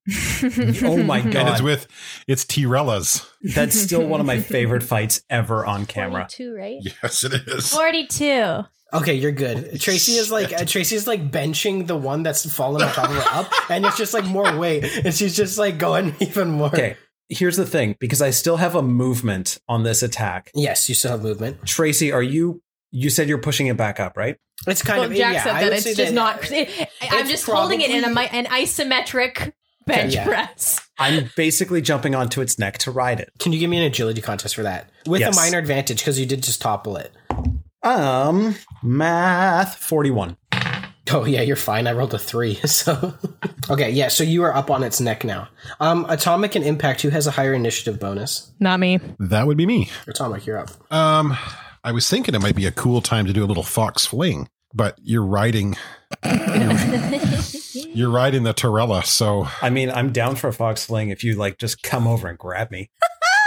F: Oh my god.
G: and it's with it's Tirellas.
F: That's still one of my favorite fights ever on camera.
H: 42, right?
G: Yes, it is.
H: 42.
D: okay you're good tracy is like uh, tracy is like benching the one that's fallen on top of her up and it's just like more weight and she's just like going even more
F: Okay, here's the thing because I still have a movement on this attack.
D: yes you still have movement
F: Tracy, are you you said you're pushing it back up, right?
D: it's kind
H: Well,
D: of
H: Jack
D: yeah,
H: said
D: I
H: that
D: would
H: it's
D: say
H: just
D: that-
H: not. It, I'm
D: it's
H: just holding it in a, mi-
D: probably-
H: an isometric bench
D: Yeah.
H: press.
F: I'm basically jumping onto its neck to ride it.
D: can you give me an agility contest for that with
F: Yes.
D: a minor advantage because you did just topple it
F: Um math 41.
D: Oh yeah, you're fine. I rolled a three. So okay, yeah. So you are up on its neck now. Um, Atomic and Impact. Who has a higher initiative bonus?
H: Not
C: Uh,
H: me.
G: That would be me.
D: Atomic, you're up.
G: Um, I was thinking it might be a cool time to do a little fox fling, but you're riding. You're, you're riding the Torella, so
F: I mean, I'm down for a fox fling if you like just come over and grab me.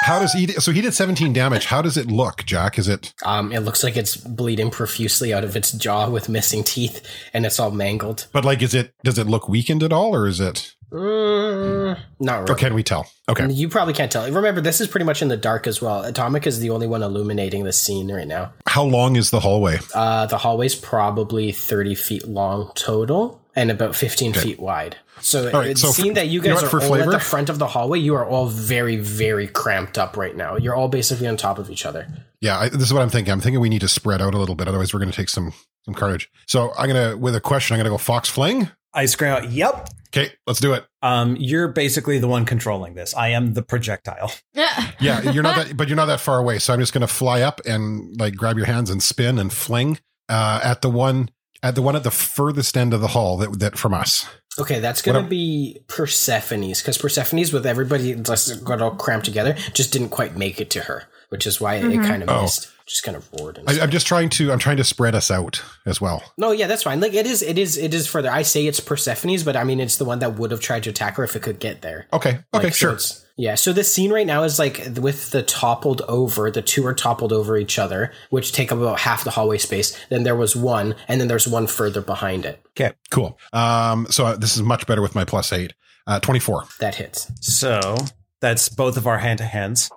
G: how does he? So he did 17 damage. How does it look, Jack? Is it
D: Um, it looks like it's bleeding profusely out of its jaw with missing teeth, and it's all mangled.
G: But like, is it does it look weakened at all, or is it?
D: Mm, not really.
G: Or can we tell? Okay,
D: You probably can't tell. Remember, this is pretty much in the dark as well. Atomic is the only one illuminating the scene right now.
G: how long is the hallway?
D: Uh, the hallway's probably 30 feet long total and about 15 feet wide. So,
G: All right,
D: it
G: so
D: seemed
G: f-
D: that you
G: you know
D: guys
G: what,
D: are
G: for
D: all at
G: flavor?
D: the front of the hallway. You are all very, very cramped up right now. You're all basically on top of each other.
G: Yeah, I, this is what I'm thinking. I'm thinking we need to spread out a little bit, otherwise we're going to take some some carnage. So I'm gonna with a question. I'm gonna go fox fling.
F: I scream out, "Yep."
G: Okay, let's do it.
F: Um you're basically the one controlling this. I am the projectile.
G: Yeah, you're not that, but you're not that far away. So I'm just gonna fly up and like grab your hands and spin and fling uh, at the one at the one at the furthest end of the hall that, that from us.
D: Okay, that's gonna
G: What am-
D: be Persephone's because Persephone's with everybody that's got all cramped together just didn't quite make it to her, which is why it
G: Mhm.
D: kind of
G: Oh.
D: missed, just kind of roared. And
G: I, I'm just trying to I'm trying to spread us out as well.
D: no, yeah, that's fine. Like it is, it is, it is further. I say it's Persephone's, but I mean it's the one that would have tried to attack her if it could get there.
G: Okay, okay,
D: Like, so
G: sure.
D: it's- Yeah, so this scene right now is like with the toppled over, the two are toppled over each other, which take up about half the hallway space. Then there was one, and then there's one further behind it.
G: Okay, cool. Um, so uh, this is much better with my plus eight. Uh, Twenty four.
D: That hits.
L: So that's both of our hand to hands.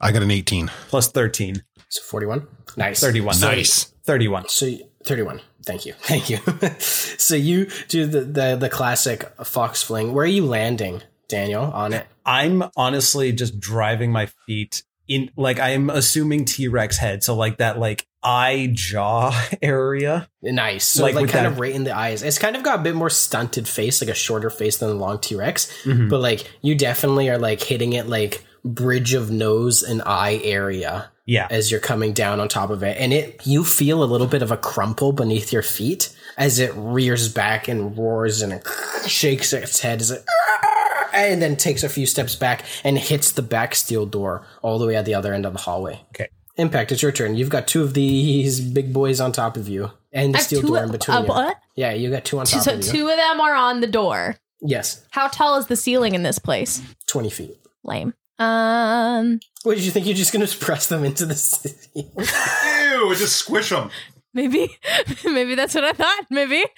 G: I got an 18.
L: Plus 13.
D: So 41. Nice.
L: 31.
D: Nice.
L: 31.
D: So y- 31. Thank you. Thank you. so you do the, the, the classic fox fling. Where are you landing, Daniel, on it?
L: I'm honestly just driving my feet in like I'm assuming T-Rex head, so like that like eye jaw area.
D: Nice. So like, kind of right in the eyes. It's kind of got a bit more stunted face, like a shorter face than the long T Rex.
L: Mhm.
D: But like you definitely are like hitting it like bridge of nose and eye area.
L: Yeah.
D: As you're coming down on top of it. And it you feel a little bit of a crumple beneath your feet as it rears back and roars and shakes its head as it and then takes a few steps back and hits the back steel door all the way at the other end of the hallway.
L: Okay.
D: Impact, it's your turn. You've got two of these big boys on top of you and the
C: I have
D: steel
C: two-
D: door in between.
C: uh,
D: you.
C: what?
D: Yeah, you got two on
C: Two-
D: top
C: so
D: of you.
C: two of them are on the door.
D: Yes,
C: How tall is the ceiling in this place?
D: 20 feet.
C: Lame. Um,
D: What did you think? You're just going to press them into the city?
G: Ew, just squish them.
C: maybe, maybe that's what I thought. Maybe.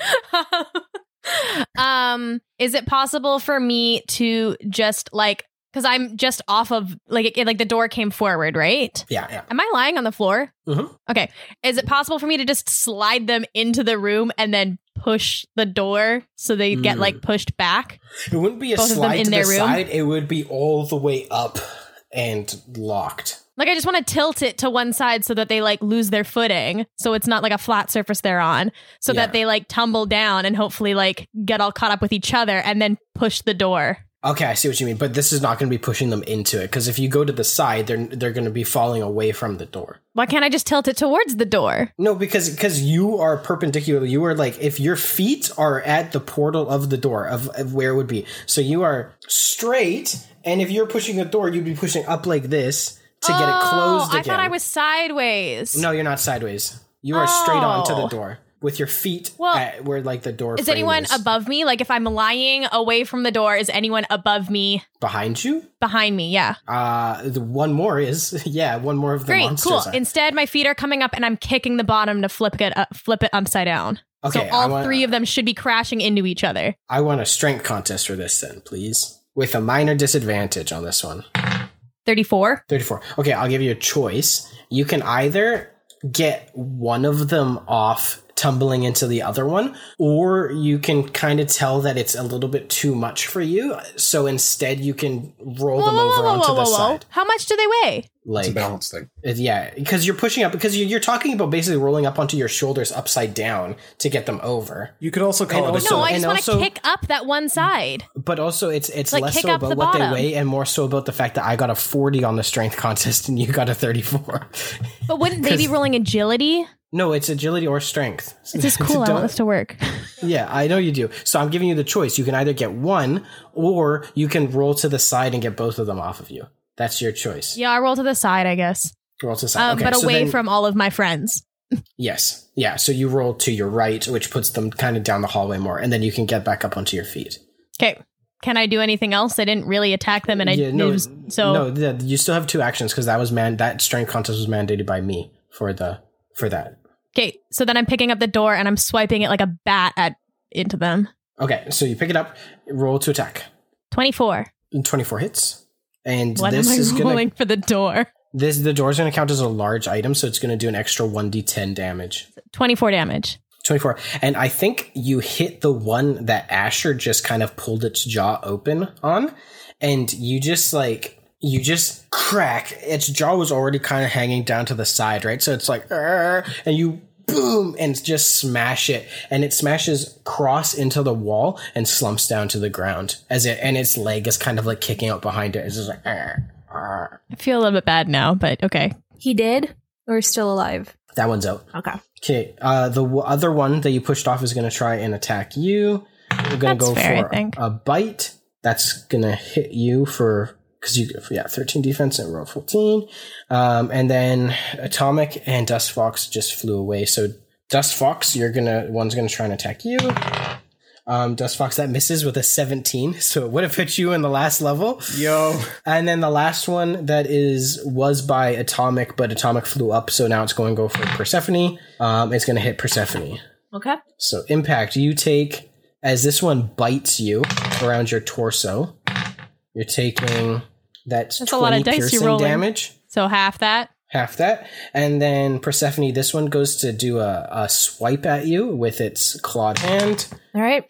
C: um, is it possible for me to just like because I'm just off of like it, like the door came forward, right?
D: Yeah, yeah.
C: Am I lying on the floor?
D: Mhm.
C: Okay. Is it possible for me to just slide them into the room and then push the door so they get
D: Mm.
C: like pushed back?
D: It wouldn't be a
C: Both of them
D: slide
C: in
D: to
C: their
D: the
C: room?
D: side. It would be all the way up and locked.
C: Like I just want to tilt it to one side so that they like lose their footing, so it's not like a flat surface they're on, so
D: Yeah.
C: that they like tumble down and hopefully like get all caught up with each other and then push the door.
D: Okay, I see what you mean, but this is not going to be pushing them into it because if you go to the side, they're they're going to be falling away from the door.
C: Why can't I just tilt it towards the door?
D: No, because because you are perpendicular. You are like if your feet are at the portal of the door of, of where it would be. So you are straight, and if you're pushing the door, you'd be pushing up like this to get it closed
C: Oh, I
D: again.
C: thought I was sideways.
D: No, you're not sideways. You are straight on to the
C: Oh.
D: door with your feet
C: Well,
D: at where like the door.
C: Is
D: frame
C: anyone
D: is.
C: above me? Like if I'm lying away from the door, is anyone above me?
D: behind you?
C: Behind me, yeah.
D: Uh, the one more is yeah, one more of the
C: Great,
D: monsters.
C: cool.
D: are.
C: Instead, my feet are coming up, and I'm kicking the bottom to flip it up, flip it upside down.
D: Okay,
C: so
D: I
C: all
D: want-
C: three of them should be crashing into each other.
D: I want a strength contest for this then, please, with a minor disadvantage on this one.
C: Thirty-four.
D: 34. Okay, I'll give you a choice. You can either get one of them off tumbling into the other one, or you can kind of tell that it's a little bit too much for you. So instead, you can roll them over onto the side.
C: How much do they weigh?
D: Like,
G: balance thing.
D: it- yeah, because you're pushing up, because you- you're talking about basically rolling up onto your shoulders upside down to get them over.
L: You could also
D: call it a
C: no, I
D: and
C: just want
D: also-
C: to kick up that one side.
D: But also, it's it's
C: Like,
D: less
C: kick
D: so
C: up
D: about
C: the
D: what
C: bottom.
D: they weigh and more so about the fact that I got a 40 on the strength contest and you got a 34.
C: But wouldn't they be
D: 'Cause-
C: rolling agility?
D: No, it's agility or strength.
C: It's just cool. I
D: Don't-
C: want this to work.
D: yeah, I know you do. So I'm giving you the choice. You can either get one or you can roll to the side and get both of them off of you. That's your choice.
C: Yeah, I roll to the side, I guess,
D: Roll to the side.
C: uh,
D: okay,
C: but
D: so
C: away
D: then-
C: from all of my friends.
D: Yes. Yeah, so you roll to your right, which puts them kind of down the hallway more, and then you can get back up onto your feet.
C: Okay. Can I do anything else? I didn't really attack them, and I
D: Yeah, no,
C: it was- so
D: no, yeah, you still have two actions because that was man that strength contest was mandated by me for the for that.
C: okay. So then I'm picking up the door and I'm swiping it like a bat at into them.
D: Okay, so you pick it up, roll to attack.
C: Twenty four.
D: Twenty four hits. And
C: What
D: this
C: am I
D: is gonna
C: rolling for the door?
D: This the door's gonna count as a large item, so it's gonna do an extra one d ten damage.
C: Twenty four damage.
D: Twenty four, and I think you hit the one that Asher just kind of pulled its jaw open on, and you just like you just crack. Its jaw was already kind of hanging down to the side, right? So it's like, "Arr," and you boom and just smash it, and it smashes cross into the wall and slumps down to the ground as it and its leg is kind of like kicking out behind it. It's just like. "Arr, arr."
C: I feel a little bit bad now, but okay.
E: He did or is still alive?
D: That one's out.
H: Okay.
D: Okay. Uh, the w- other one that you pushed off is going to try and attack you. We're going to
H: That's
D: go
H: fair, I
D: for
H: think.
D: a bite. That's going to hit you for because you yeah 13 defense and roll 14. Um, and then Atomic and Dust Fox just flew away. So Dust Fox, you're gonna one's going to try and attack you. Um, Dust Fox that misses with a 17, so it would have hit you in the last level. Yo. And then the last one that is was by Atomic, but Atomic flew up, so now it's going to go for Persephone. Um, it's going to hit Persephone.
C: Okay.
D: So impact you take as this one bites you around your torso. You're taking that's,
C: That's a lot of
D: 20
C: dice you're
D: piercing
C: rolling.
D: damage
C: So half that.
D: half that and then persephone this one goes to do a, a swipe at you with its clawed hand
H: All right.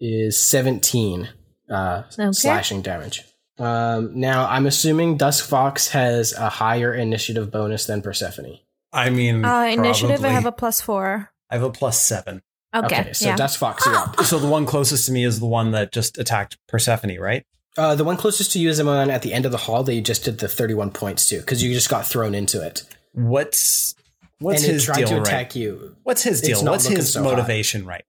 D: is 17 uh,
H: Okay.
D: slashing damage um, now i'm assuming dusk fox has a higher initiative bonus than persephone
F: I mean,
H: Uh, initiative, I
F: probably.
H: have a plus four.
F: I have a plus seven.
H: Okay.
F: Okay, so
H: yeah.
F: that's-
D: fox you're up
F: So the one closest to me is the one that just attacked Persephone, right?
D: uh, the one closest to you is the one at the end of the hall that you just did the 31 points to because you just got thrown into it
F: What's what's
D: And it
F: his
D: tried
F: deal
D: to
F: right?
D: attack you.
F: What's his
D: It's
F: deal?
D: not
F: What's
D: looking
F: his
D: so hot.
F: motivation right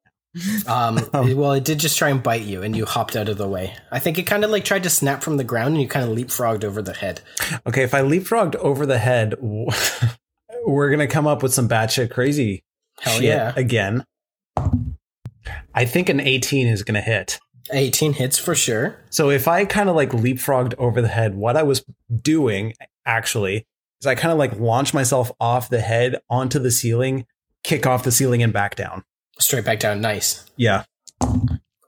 F: now?
D: Um, it- well, it did just try and bite you, and you hopped out of the way. I think it kind of like tried to snap from the ground, and you kind of leapfrogged over the head.
F: Okay, if I leapfrogged over the head, w- we're gonna come up with some batshit crazy
D: Hell
F: shit
D: yeah.
F: again. I think an 18 is gonna hit.
D: 18 hits for sure.
F: So if I kind of like leapfrogged over the head, what I was doing actually is I kind of like launched myself off the head onto the ceiling, kick off the ceiling, and back down.
D: Straight back down. Nice.
F: Yeah.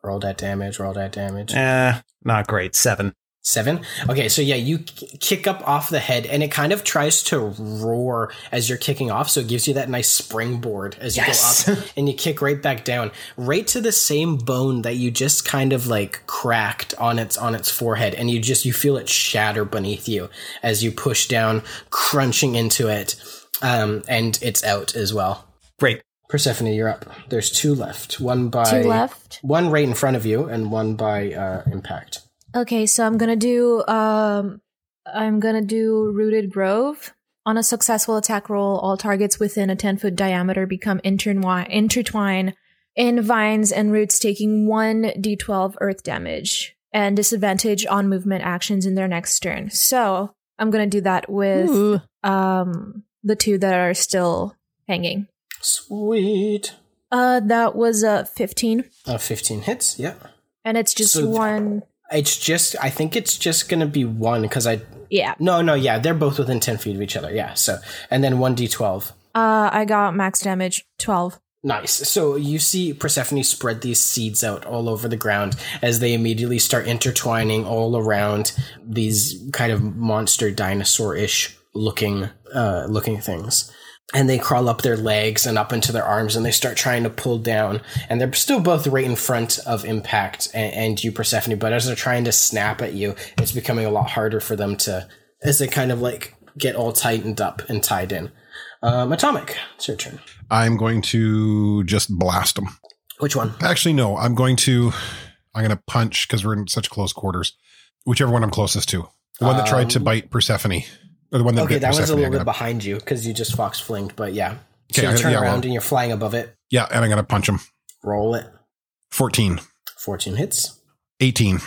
D: Roll that damage. Roll that damage.
F: Eh, not great. Seven.
D: Seven. Okay, so yeah, you k- kick up off the head, and it kind of tries to roar as you're kicking off. So it gives you that nice springboard as you
F: Yes.
D: go up, and you kick right back down, right to the same bone that you just kind of like cracked on its on its forehead, and you just you feel it shatter beneath you as you push down, crunching into it, um, and it's out as well.
F: Great.
D: Persephone, you're up. There's two left. One by
E: Two left?
D: One right in front of you, and one by uh, impact.
E: Okay, so I'm gonna do um I'm gonna do rooted grove. On a successful attack roll, all targets within a 10 foot diameter become intertwine, intertwine in vines and roots, taking 1d12 earth damage and disadvantage on movement actions in their next turn. So I'm going to do that with
C: Ooh.
E: um, the two that are still hanging.
D: Sweet.
E: Uh, that was a 15,
D: Uh, 15 hits, yeah.
E: and it's just
D: So th-
E: one.
D: It's just, I think it's just going to be one because I.
E: Yeah.
D: No, no, yeah, they're both within 10 feet of each other, yeah. So, and then 1d12.
E: Uh, I got max damage 12.
D: Nice. So you see Persephone spread these seeds out all over the ground as they immediately start intertwining all around these kind of monster dinosaur-ish looking uh, looking things. And they crawl up their legs and up into their arms and they start trying to pull down. And they're still both right in front of Impact and, and you, Persephone, but as they're trying to snap at you, it's becoming a lot harder for them to as they kind of like get all tightened up and tied in. Um, Atomic, it's your turn.
G: I'm going to just blast him.
D: Which one?
G: Actually, no. I'm going to. I'm going to punch because we're in such close quarters. Whichever one I'm closest to, the one that tried to
D: Um,
G: bite Persephone, or the one that
D: okay,
G: bit
D: that one's a
G: Persephone,
D: little bit
G: I got-
D: behind you because you just fox flinged, but yeah. So
G: Okay,
D: you
G: I-
D: turn
G: yeah,
D: around
G: well-
D: and you're flying above it.
G: Yeah, and I'm going to punch him.
D: Roll it.
G: Fourteen.
D: 14 hits.
G: 18.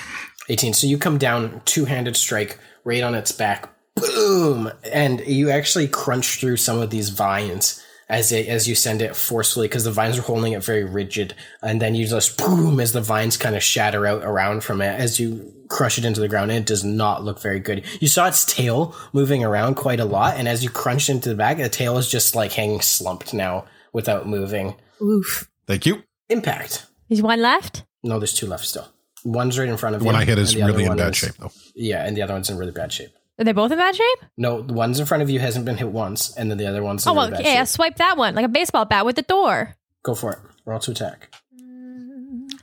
D: 18. So you come down, two handed strike right on its back. Boom! And you actually crunch through some of these vines as it as you send it forcefully because the vines are holding it very rigid. And then you just boom as the vines kind of shatter out around from it as you crush it into the ground. And it does not look very good. You saw its tail moving around quite a lot. And as you crunched into the back, the tail is just like hanging slumped now without moving.
E: Oof.
G: Thank you.
D: Impact.
C: There's one left.
D: No, there's two left still. One's right in front of
G: The one
D: you,
G: I hit is
D: and the other
G: really in
D: one
G: bad
D: is-
G: shape, though.
D: Yeah, and the other one's in really bad shape.
C: Are they both in bad shape?
D: No, the one's in front of you hasn't been hit once, and then the other one's in
C: oh well,
D: really bad
C: yeah.
D: shape.
C: Swipe that one like a baseball bat with the door.
D: Go for it. Roll to attack.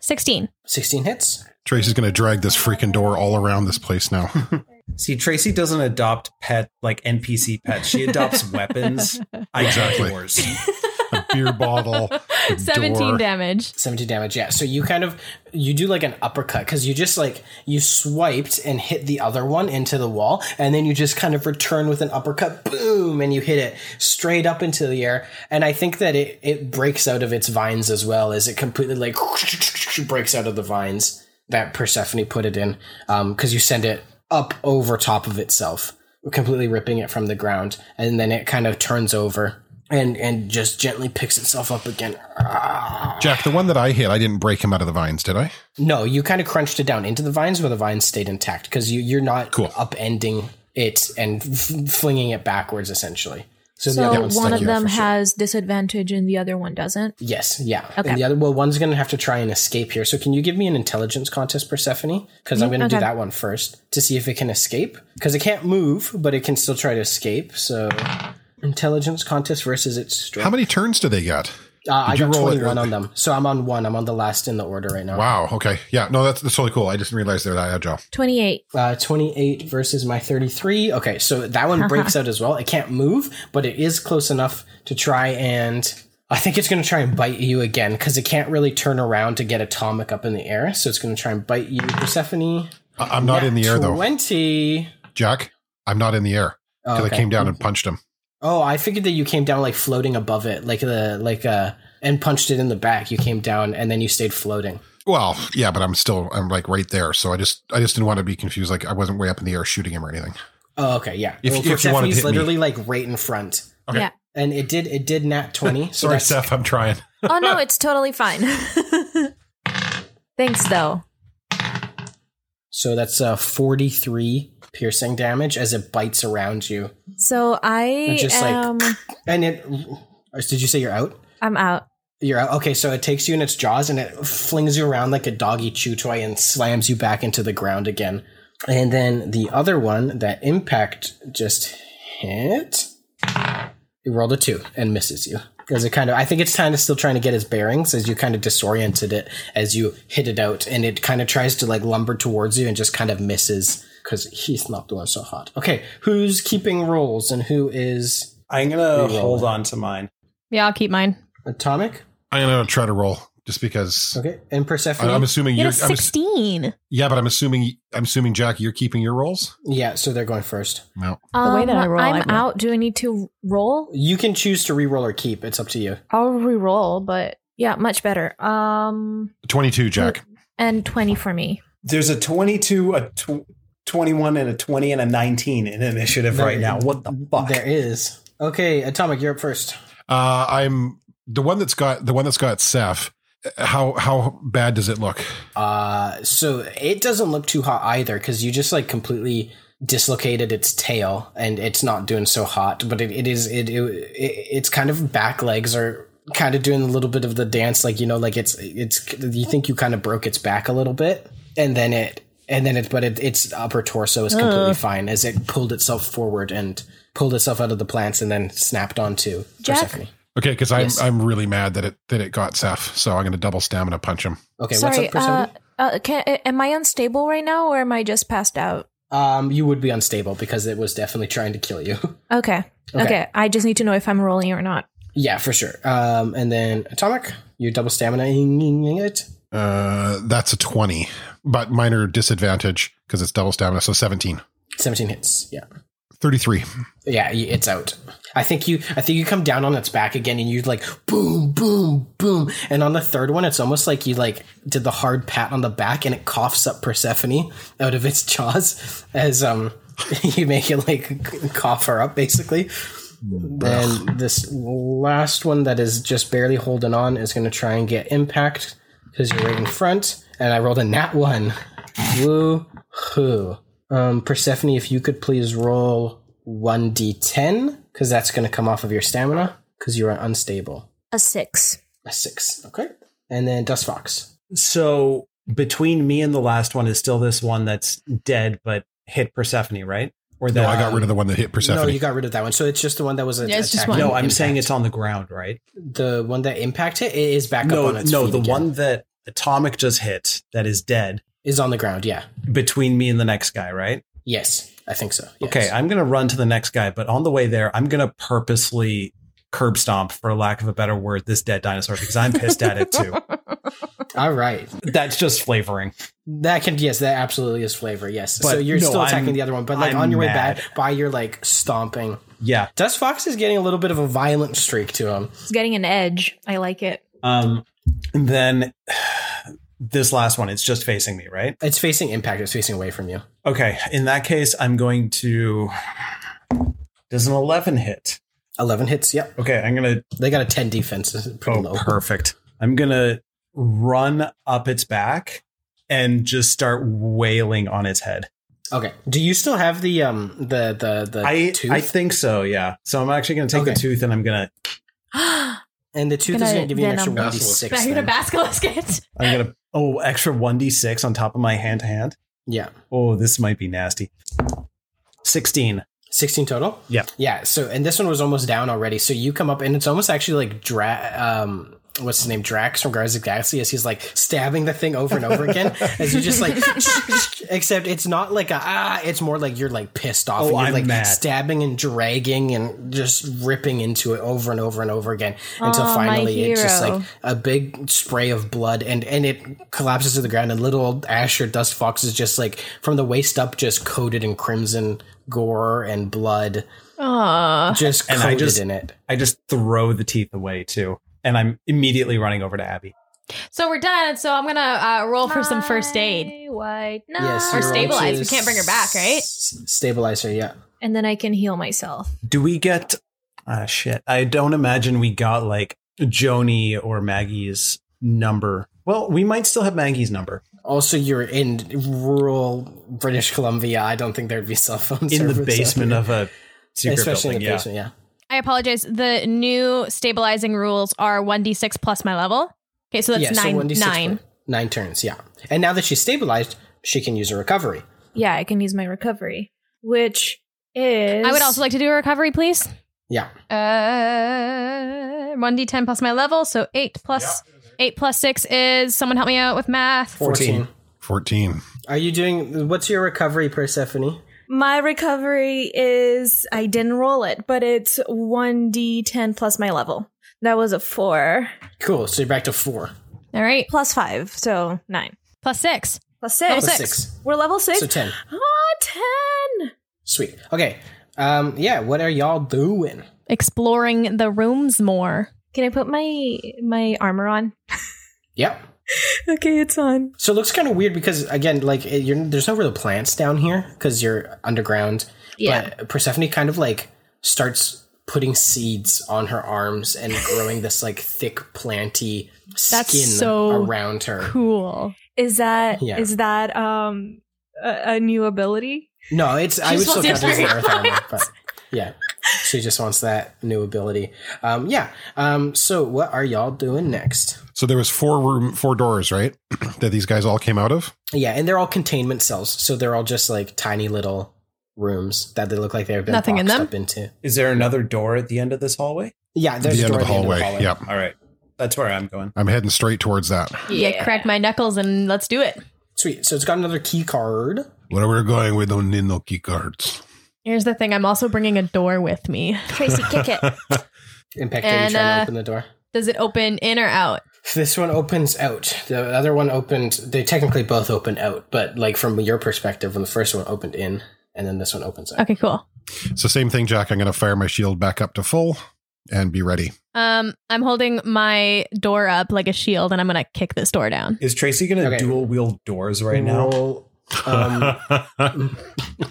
C: Sixteen.
D: 16 hits.
G: Tracy's going to drag this freaking door all around this place now.
F: See, Tracy doesn't adopt pet like NPC pets. She adopts weapons. I exactly.
G: Exactly.
F: Yours.
G: A beer bottle,
C: 17 damage.
D: 17 damage, yeah. So you kind of you do like an uppercut because you just like you swiped and hit the other one into the wall, and then you just kind of return with an uppercut, boom, and you hit it straight up into the air. And I think that it it breaks out of its vines as well as it completely like breaks out of the vines that Persephone put it in, because you send it up over top of itself, completely ripping it from the ground, and then it kind of turns over. And, and just gently picks itself up again. Ah.
G: Jack, the one that I hit, I didn't break him out of the vines, did I?
D: No, you kind of crunched it down into the vines where the vines stayed intact because you, you're not upending it and f- flinging it backwards essentially. So, the other
K: So
D: one's
K: one
D: stuck
K: of
D: here
K: them
D: for sure.
K: has disadvantage and the other one doesn't.
D: Yes, yeah.
K: Okay.
D: And the other, well, one's going to have to try and escape here. So can you give me an intelligence contest, Persephone? Because I'm
K: Mm,
D: going to do
K: okay.
D: that one first to see if it can escape. Because it can't move, but it can still try to escape. So intelligence contest versus its strength.
G: How many turns do they got?
D: Uh, I
G: Did you
D: got
G: roll it
D: 21
G: early?
D: on them. So I'm on one. I'm on the last in the order right now.
G: Wow. Okay. Yeah. No, that's that's really cool. I didn't realize they're that agile.
K: 28.
D: Uh, 28 versus my 33. Okay, so that one breaks out as well. It can't move, but it is close enough to try and. I think it's going to try and bite you again because it can't really turn around to get Atomic up in the air. So it's going to try and bite you, Persephone.
G: I- I'm not in the air, though.
D: 20.
G: Jack, I'm not in the air
D: Oh,
G: because
D: okay.
G: I came down and punched him.
D: Oh, I figured that you came down like floating above it, like the like uh, and punched it in the back. You came down and then you stayed floating.
G: Well, yeah, but I'm still I'm like right there, so I just I just didn't want to be confused. Like I wasn't way up in the air shooting him or anything.
D: Oh, okay, yeah.
G: If-
D: well,
G: if you wanted to
D: Persephone's
G: hit me.
D: literally like right in front.
G: Okay. Yeah.
D: And it did it did nat twenty. so
G: Sorry,
D: that's-
G: Steph, I'm trying.
K: oh no, it's totally fine. Thanks though.
D: So that's uh, 43 piercing damage as it bites around you.
K: So I
D: And just, like,
K: am
D: And it. Did you say you're out?
K: I'm out.
D: You're out. Okay, so it takes you in its jaws and it flings you around like a doggy chew toy and slams you back into the ground again. And then the other one, that impact just hit. It rolled a two and misses you. Because it kind of, I think it's kind of still trying to get its bearings as you kind of disoriented it as you hit it out, and it kind of tries to like lumber towards you and just kind of misses because he's not doing so hot. Okay, who's keeping rolls and who is?
F: I'm gonna hold on to mine.
C: Yeah, I'll keep mine.
D: Atomic.
G: I'm gonna try to roll just because.
D: Okay, and Persephone.
G: I'm assuming
C: You
G: you're.
C: had a
G: I'm, ass-
C: 16.
G: yeah, but I'm assuming I'm assuming Jack, you're keeping your rolls.
D: Yeah, so they're going first.
G: No.
K: Um,
C: way that I roll,
K: I'm
C: I'm
K: out. Do I need to roll?
D: You can choose to re-roll or keep. It's up to you.
K: I'll re-roll, but yeah, much better. Um,
G: 22, Jack.
K: and 20 for me.
F: There's a 22, a tw- 21, and a 20, and a 19 in initiative
D: There-
F: right now. What the fuck?
D: There is. Okay, Atomic, you're up first.
G: Uh, I'm the one that's got the one that's got Seth. How how bad does it look?
D: Uh, so it doesn't look too hot either because you just like completely dislocated its tail and it's not doing so hot. But it, it is it, it it it's kind of back legs are kind of doing a little bit of the dance, like you know, like it's it's you think you kind of broke its back a little bit, and then it and then it but it, its upper torso is completely
C: Ugh.
D: fine as it pulled itself forward and pulled itself out of the plants and then snapped onto
C: Jack?
D: Persephone.
G: Okay, because I'm
D: Yes.
G: I'm really mad that it that it got Seth, so I'm gonna double stamina punch him.
D: Okay,
K: Sorry,
D: what's up, Persephone?
K: uh, uh, can, uh, am I unstable right now or am I just passed out?
D: um, you would be unstable because it was definitely trying to kill you.
K: Okay.
D: Okay.
K: okay. I just need to know if I'm rolling or not.
D: Yeah, for sure. Um, and then Atomic, you double stamina it.
G: Uh, that's a 20, but minor disadvantage because it's double stamina, so 17.
D: 17 hits. Yeah.
G: 33.
D: Yeah, y- it's out. I think you I think you come down on its back again and you like boom, boom, boom. And on the third one, it's almost like you like did the hard pat on the back and it coughs up Persephone out of its jaws as um you make it like cough her up basically. Then this last one that is just barely holding on is going to try and get impact because you're right in front. And I rolled a nat one. Woo hoo. Um, Persephone, if you could please roll 1d10 because that's going to come off of your stamina because you're unstable.
K: A six.
D: A six. Okay. And then Dust Fox.
F: So between me and the last one is still this one that's dead, but hit Persephone, right? Or
G: No, I got rid of the one that hit Persephone.
D: No, you got rid of that one. So it's just the one that was a
F: Yeah, it's just
D: attacking
F: one. No, I'm
D: impact.
F: saying it's on the ground, right?
D: the one that impacted it is back
F: no,
D: up on its
F: no,
D: feet
F: the
D: again.
F: one that Atomic just hit that is dead
D: is on the ground. Yeah.
F: Between me and the next guy, right?
D: Yes, I think so.
F: Okay, I'm gonna run to the next guy, but on the way there, I'm gonna purposely curb stomp, for lack of a better word, this dead dinosaur because I'm pissed at it too.
D: All right.
F: That's just flavoring.
D: That can yes, that absolutely is flavor. Yes. so
F: But
D: you're
F: no,
D: still attacking
F: I'm-
D: the other one, but like
F: I'm
D: on your way
F: mad.
D: back, by your like stomping.
F: Yeah.
D: Dust Fox is getting a little bit of a violent streak to him.
K: It's getting an edge. I like it.
F: Um, and then this last one, it's just facing me, right?
D: It's facing impact. It's facing away from you.
F: Okay. In that case, I'm going to. Does an 11 hit?
D: 11 hits, yep.
F: Okay. I'm going to.
D: They got a 10 defense. It's Pretty
F: oh,
D: low.
F: perfect. I'm going to run up its back and just start wailing on its head.
D: Okay. Do you still have the um the the the
F: I,
D: tooth?
F: I think so, yeah. So I'm actually going to take
D: Okay.
F: the tooth and I'm going to
D: and the tooth
C: Gonna-
D: is going to give you an
C: then
D: extra
C: I'm-
D: one d six.
C: Back to basilisk it.
F: I'm going to oh, extra 1d6 on top of my hand to hand.
D: Yeah.
F: Oh, this might be nasty. 16.
D: 16 total?
F: Yeah.
D: Yeah. So, and this one was almost down already. So you come up, and it's almost actually like Dra- um, what's his name, Drax from Guardians of the Galaxy, as he's like stabbing the thing over and over again, as you just like, except it's not like a ah, it's more like you're like pissed off,
F: Oh,
D: and you're
F: I'm
D: like
F: mad.
D: stabbing and dragging and just ripping into it over and over and over again until
C: Aw, my
D: finally it's just
C: hero.
D: like a big spray of blood, and and it collapses to the ground, and little old Asher Dust Fox is just like from the waist up, just coated in crimson gore and blood
C: Aww.
D: just
F: And
D: coated
F: I just-
D: in it.
F: I just throw the teeth away too. And I'm immediately running over to Abby.
C: So we're done. So I'm gonna uh, roll for some first aid.
K: White
D: Yes,
C: Or
D: you're
C: stabilize. We
D: also
C: can't bring her back, right?
D: S- stabilizer, yeah.
K: And then I can heal myself.
F: Do we get ah shit. I don't imagine we got like Joni or Maggie's number. Well, we might still have Maggie's number.
D: Also, you're in rural British Columbia. I don't think there'd be cell phones
F: In the basement of a secret
D: especially
F: building,
D: in the
F: yeah.
D: basement. Yeah,
C: I apologize. The new stabilizing rules are 1d6 plus my level. Okay, so that's
D: yeah, so
C: nine.
D: 1d6
C: nine.
D: nine turns. Yeah, and now that she's stabilized, she can use a recovery.
K: Yeah, I can use my recovery, which is.
C: I would also like to do a recovery, please.
D: Yeah,
C: Uh, 1d10 plus my level, so 8 plus 8 plus 6 is someone help me out with math.
D: 14.
G: 14.
D: Are you doing? What's your recovery, Persephone?
E: My recovery is I didn't roll it, but it's 1d10 plus my level. That was a 4
D: Cool. So you're back to four.
C: All right.
E: plus 5, so 9.
C: Plus 6.
E: Plus
C: Level
D: Plus
E: 6.
D: six.
E: We're level 6.
D: So ten.
E: Ah, 10.
D: Sweet. Okay. Um. Yeah. What are y'all doing?
C: Exploring the rooms more.
K: Can I put my my armor on?
D: Yep.
E: Okay, it's on.
D: So it looks kind of weird because again, like it, you're, there's no real plants down here because you're underground.
K: Yeah.
D: But Persephone kind of like starts putting seeds on her arms and growing this like thick planty
E: That's
D: skin
E: so
D: around her.
C: Cool.
E: Is that is
D: Yeah.
E: that um a, a new ability?
D: No, it's I
E: She
D: would
E: just
D: still
E: wants
D: count it as an
E: the
D: earth armor, but yeah, she just wants that new ability. Um, yeah. Um, so what are y'all doing next?
G: So there was four room, four doors, right? that these guys all came out of.
D: Yeah, and they're all containment cells, so they're all just like tiny little rooms that they look like they've been
C: Nothing in
D: boxed
C: them?
D: up into.
F: Is there another door at the end of this hallway?
D: Yeah, there's
G: the
D: a
G: end
D: door
G: of the
D: at the end
G: hallway. Yep.
F: All right. That's where I'm going.
G: I'm heading straight towards that.
C: Yeah. crack my knuckles and let's do it.
D: Sweet. So it's got another key card.
G: Where we're going, we don't need no key cards.
C: Here's the thing I'm also bringing a door with me. Tracy, kick it.
D: Impact
C: And,
D: and, you trying
C: uh,
D: to open the door.
C: Does it open in or out?
D: This one opens out. The other one opened. They technically both open out, but like from your perspective, when the first one opened in, and then this one opens out.
C: Okay, cool.
G: So same thing, Jack. I'm going to fire my shield back up to full and be ready.
C: Um, I'm holding my door up like a shield, and I'm gonna kick this door down.
F: Is Tracy going to
D: Okay.
F: dual wield doors right now?
D: Roll, um,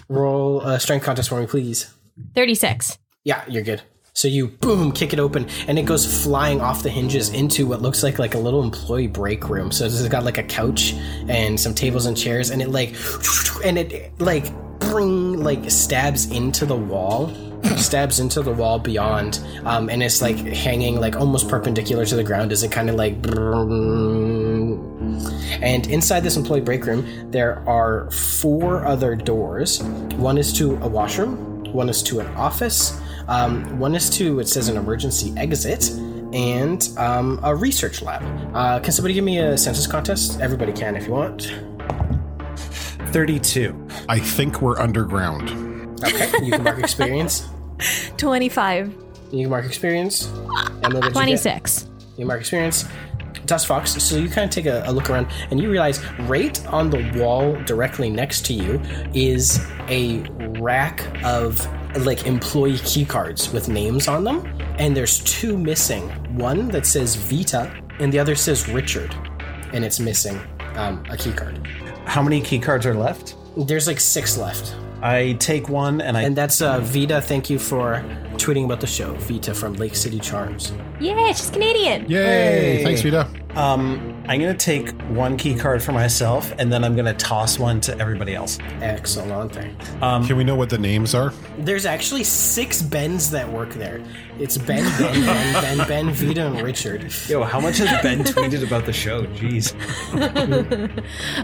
D: roll a strength contest for me, please.
C: Thirty-six.
D: Yeah, you're good. So you boom kick it open, and it goes flying off the hinges into what looks like like a little employee break room. So this has got like a couch and some tables and chairs, and it like and it like bring like stabs into the wall, stabs into the wall beyond, um, and it's like hanging like almost perpendicular to the ground as it kind of like. And inside this employee break room, there are four other doors. One is to a washroom, one is to an office, um, one is to, it says, an emergency exit, and um, a research lab. Uh, can somebody give me a census contest? Everybody can if you want.
F: 32.
G: I think we're underground.
D: Okay, you can mark experience.
E: 25.
D: You can mark experience. And then what you get-
C: 26.
D: You mark experience. Dust Fox, so you kind of take a, a look around and you realize right on the wall directly next to you is a rack of like employee key cards with names on them. And there's two missing one that says Vita and the other says Richard. And it's missing um, a key card.
F: How many key cards are left?
D: There's like six left.
F: I take one and I.
D: And that's uh, Vita. Thank you for tweeting about the show. Vita from Lake City Charms.
C: Yeah, she's Canadian.
G: Vita.
F: Um, I'm gonna take one key card for myself, and then I'm gonna toss one to everybody else.
D: Excellent.
F: Um,
G: Can we know what the names are?
D: There's actually six Bens that work there. It's Ben, Ben, Ben, Ben, Ben, Vita, and Richard.
F: Yo, how much has Ben tweeted about the show? Jeez.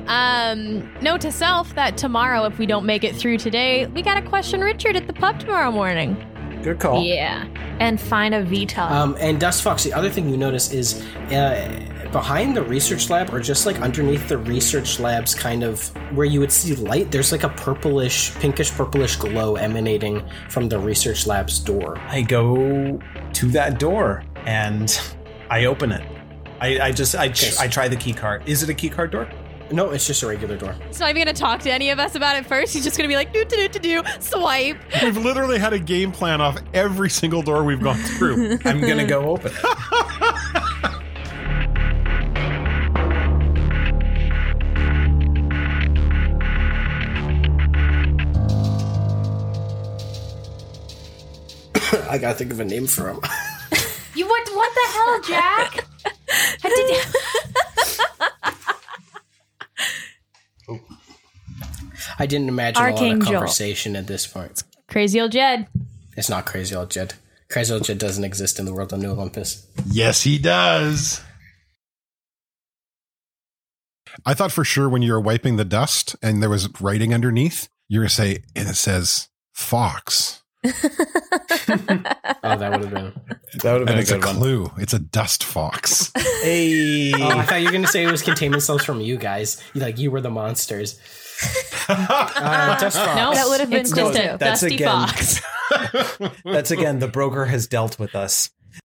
C: Um, note to self that tomorrow, if we don't make it through today, we gotta question Richard at the pub tomorrow morning.
F: Good
K: Yeah. And find a Vita.
D: Um, and Dust Fox, the other thing you notice is uh, behind the research lab, or just like underneath the research lab's kind of where you would see light, there's like a purplish, pinkish purplish glow emanating from the research lab's door.
F: I go to that door and I open it. I, I just I, ch- I try the key card. Is it a key card door?
D: No, it's just a regular door.
C: He's not even gonna talk to any of us about it first. He's just gonna be like, do do do do swipe.
G: We've literally had a game plan off every single door we've gone through.
F: I'm gonna go open it.
D: I gotta think of a name for him.
J: You what? What the hell, Jack?
D: I didn't imagine a lot of
C: Archangel.
D: conversation at this point.
C: Crazy old Jed.
D: It's not Crazy Old Jed. Crazy Old Jed doesn't exist in the world of New Olympus.
G: Yes, he does. I thought for sure when you were wiping the dust and there was writing underneath, you were gonna say, and it says Fox.
D: Oh, that would have been.
F: That would
G: and it's a clue. It's a dust fox.
F: Hey.
D: Oh, I thought you were gonna say it was contain themselves from you guys. You- Like you were the monsters. Uh, Dust Fox.
C: No, that would have been
F: It's
C: just
F: no,
C: a
F: that's
C: dusty
F: again-
C: fox.
F: That's again, the broker has dealt with us.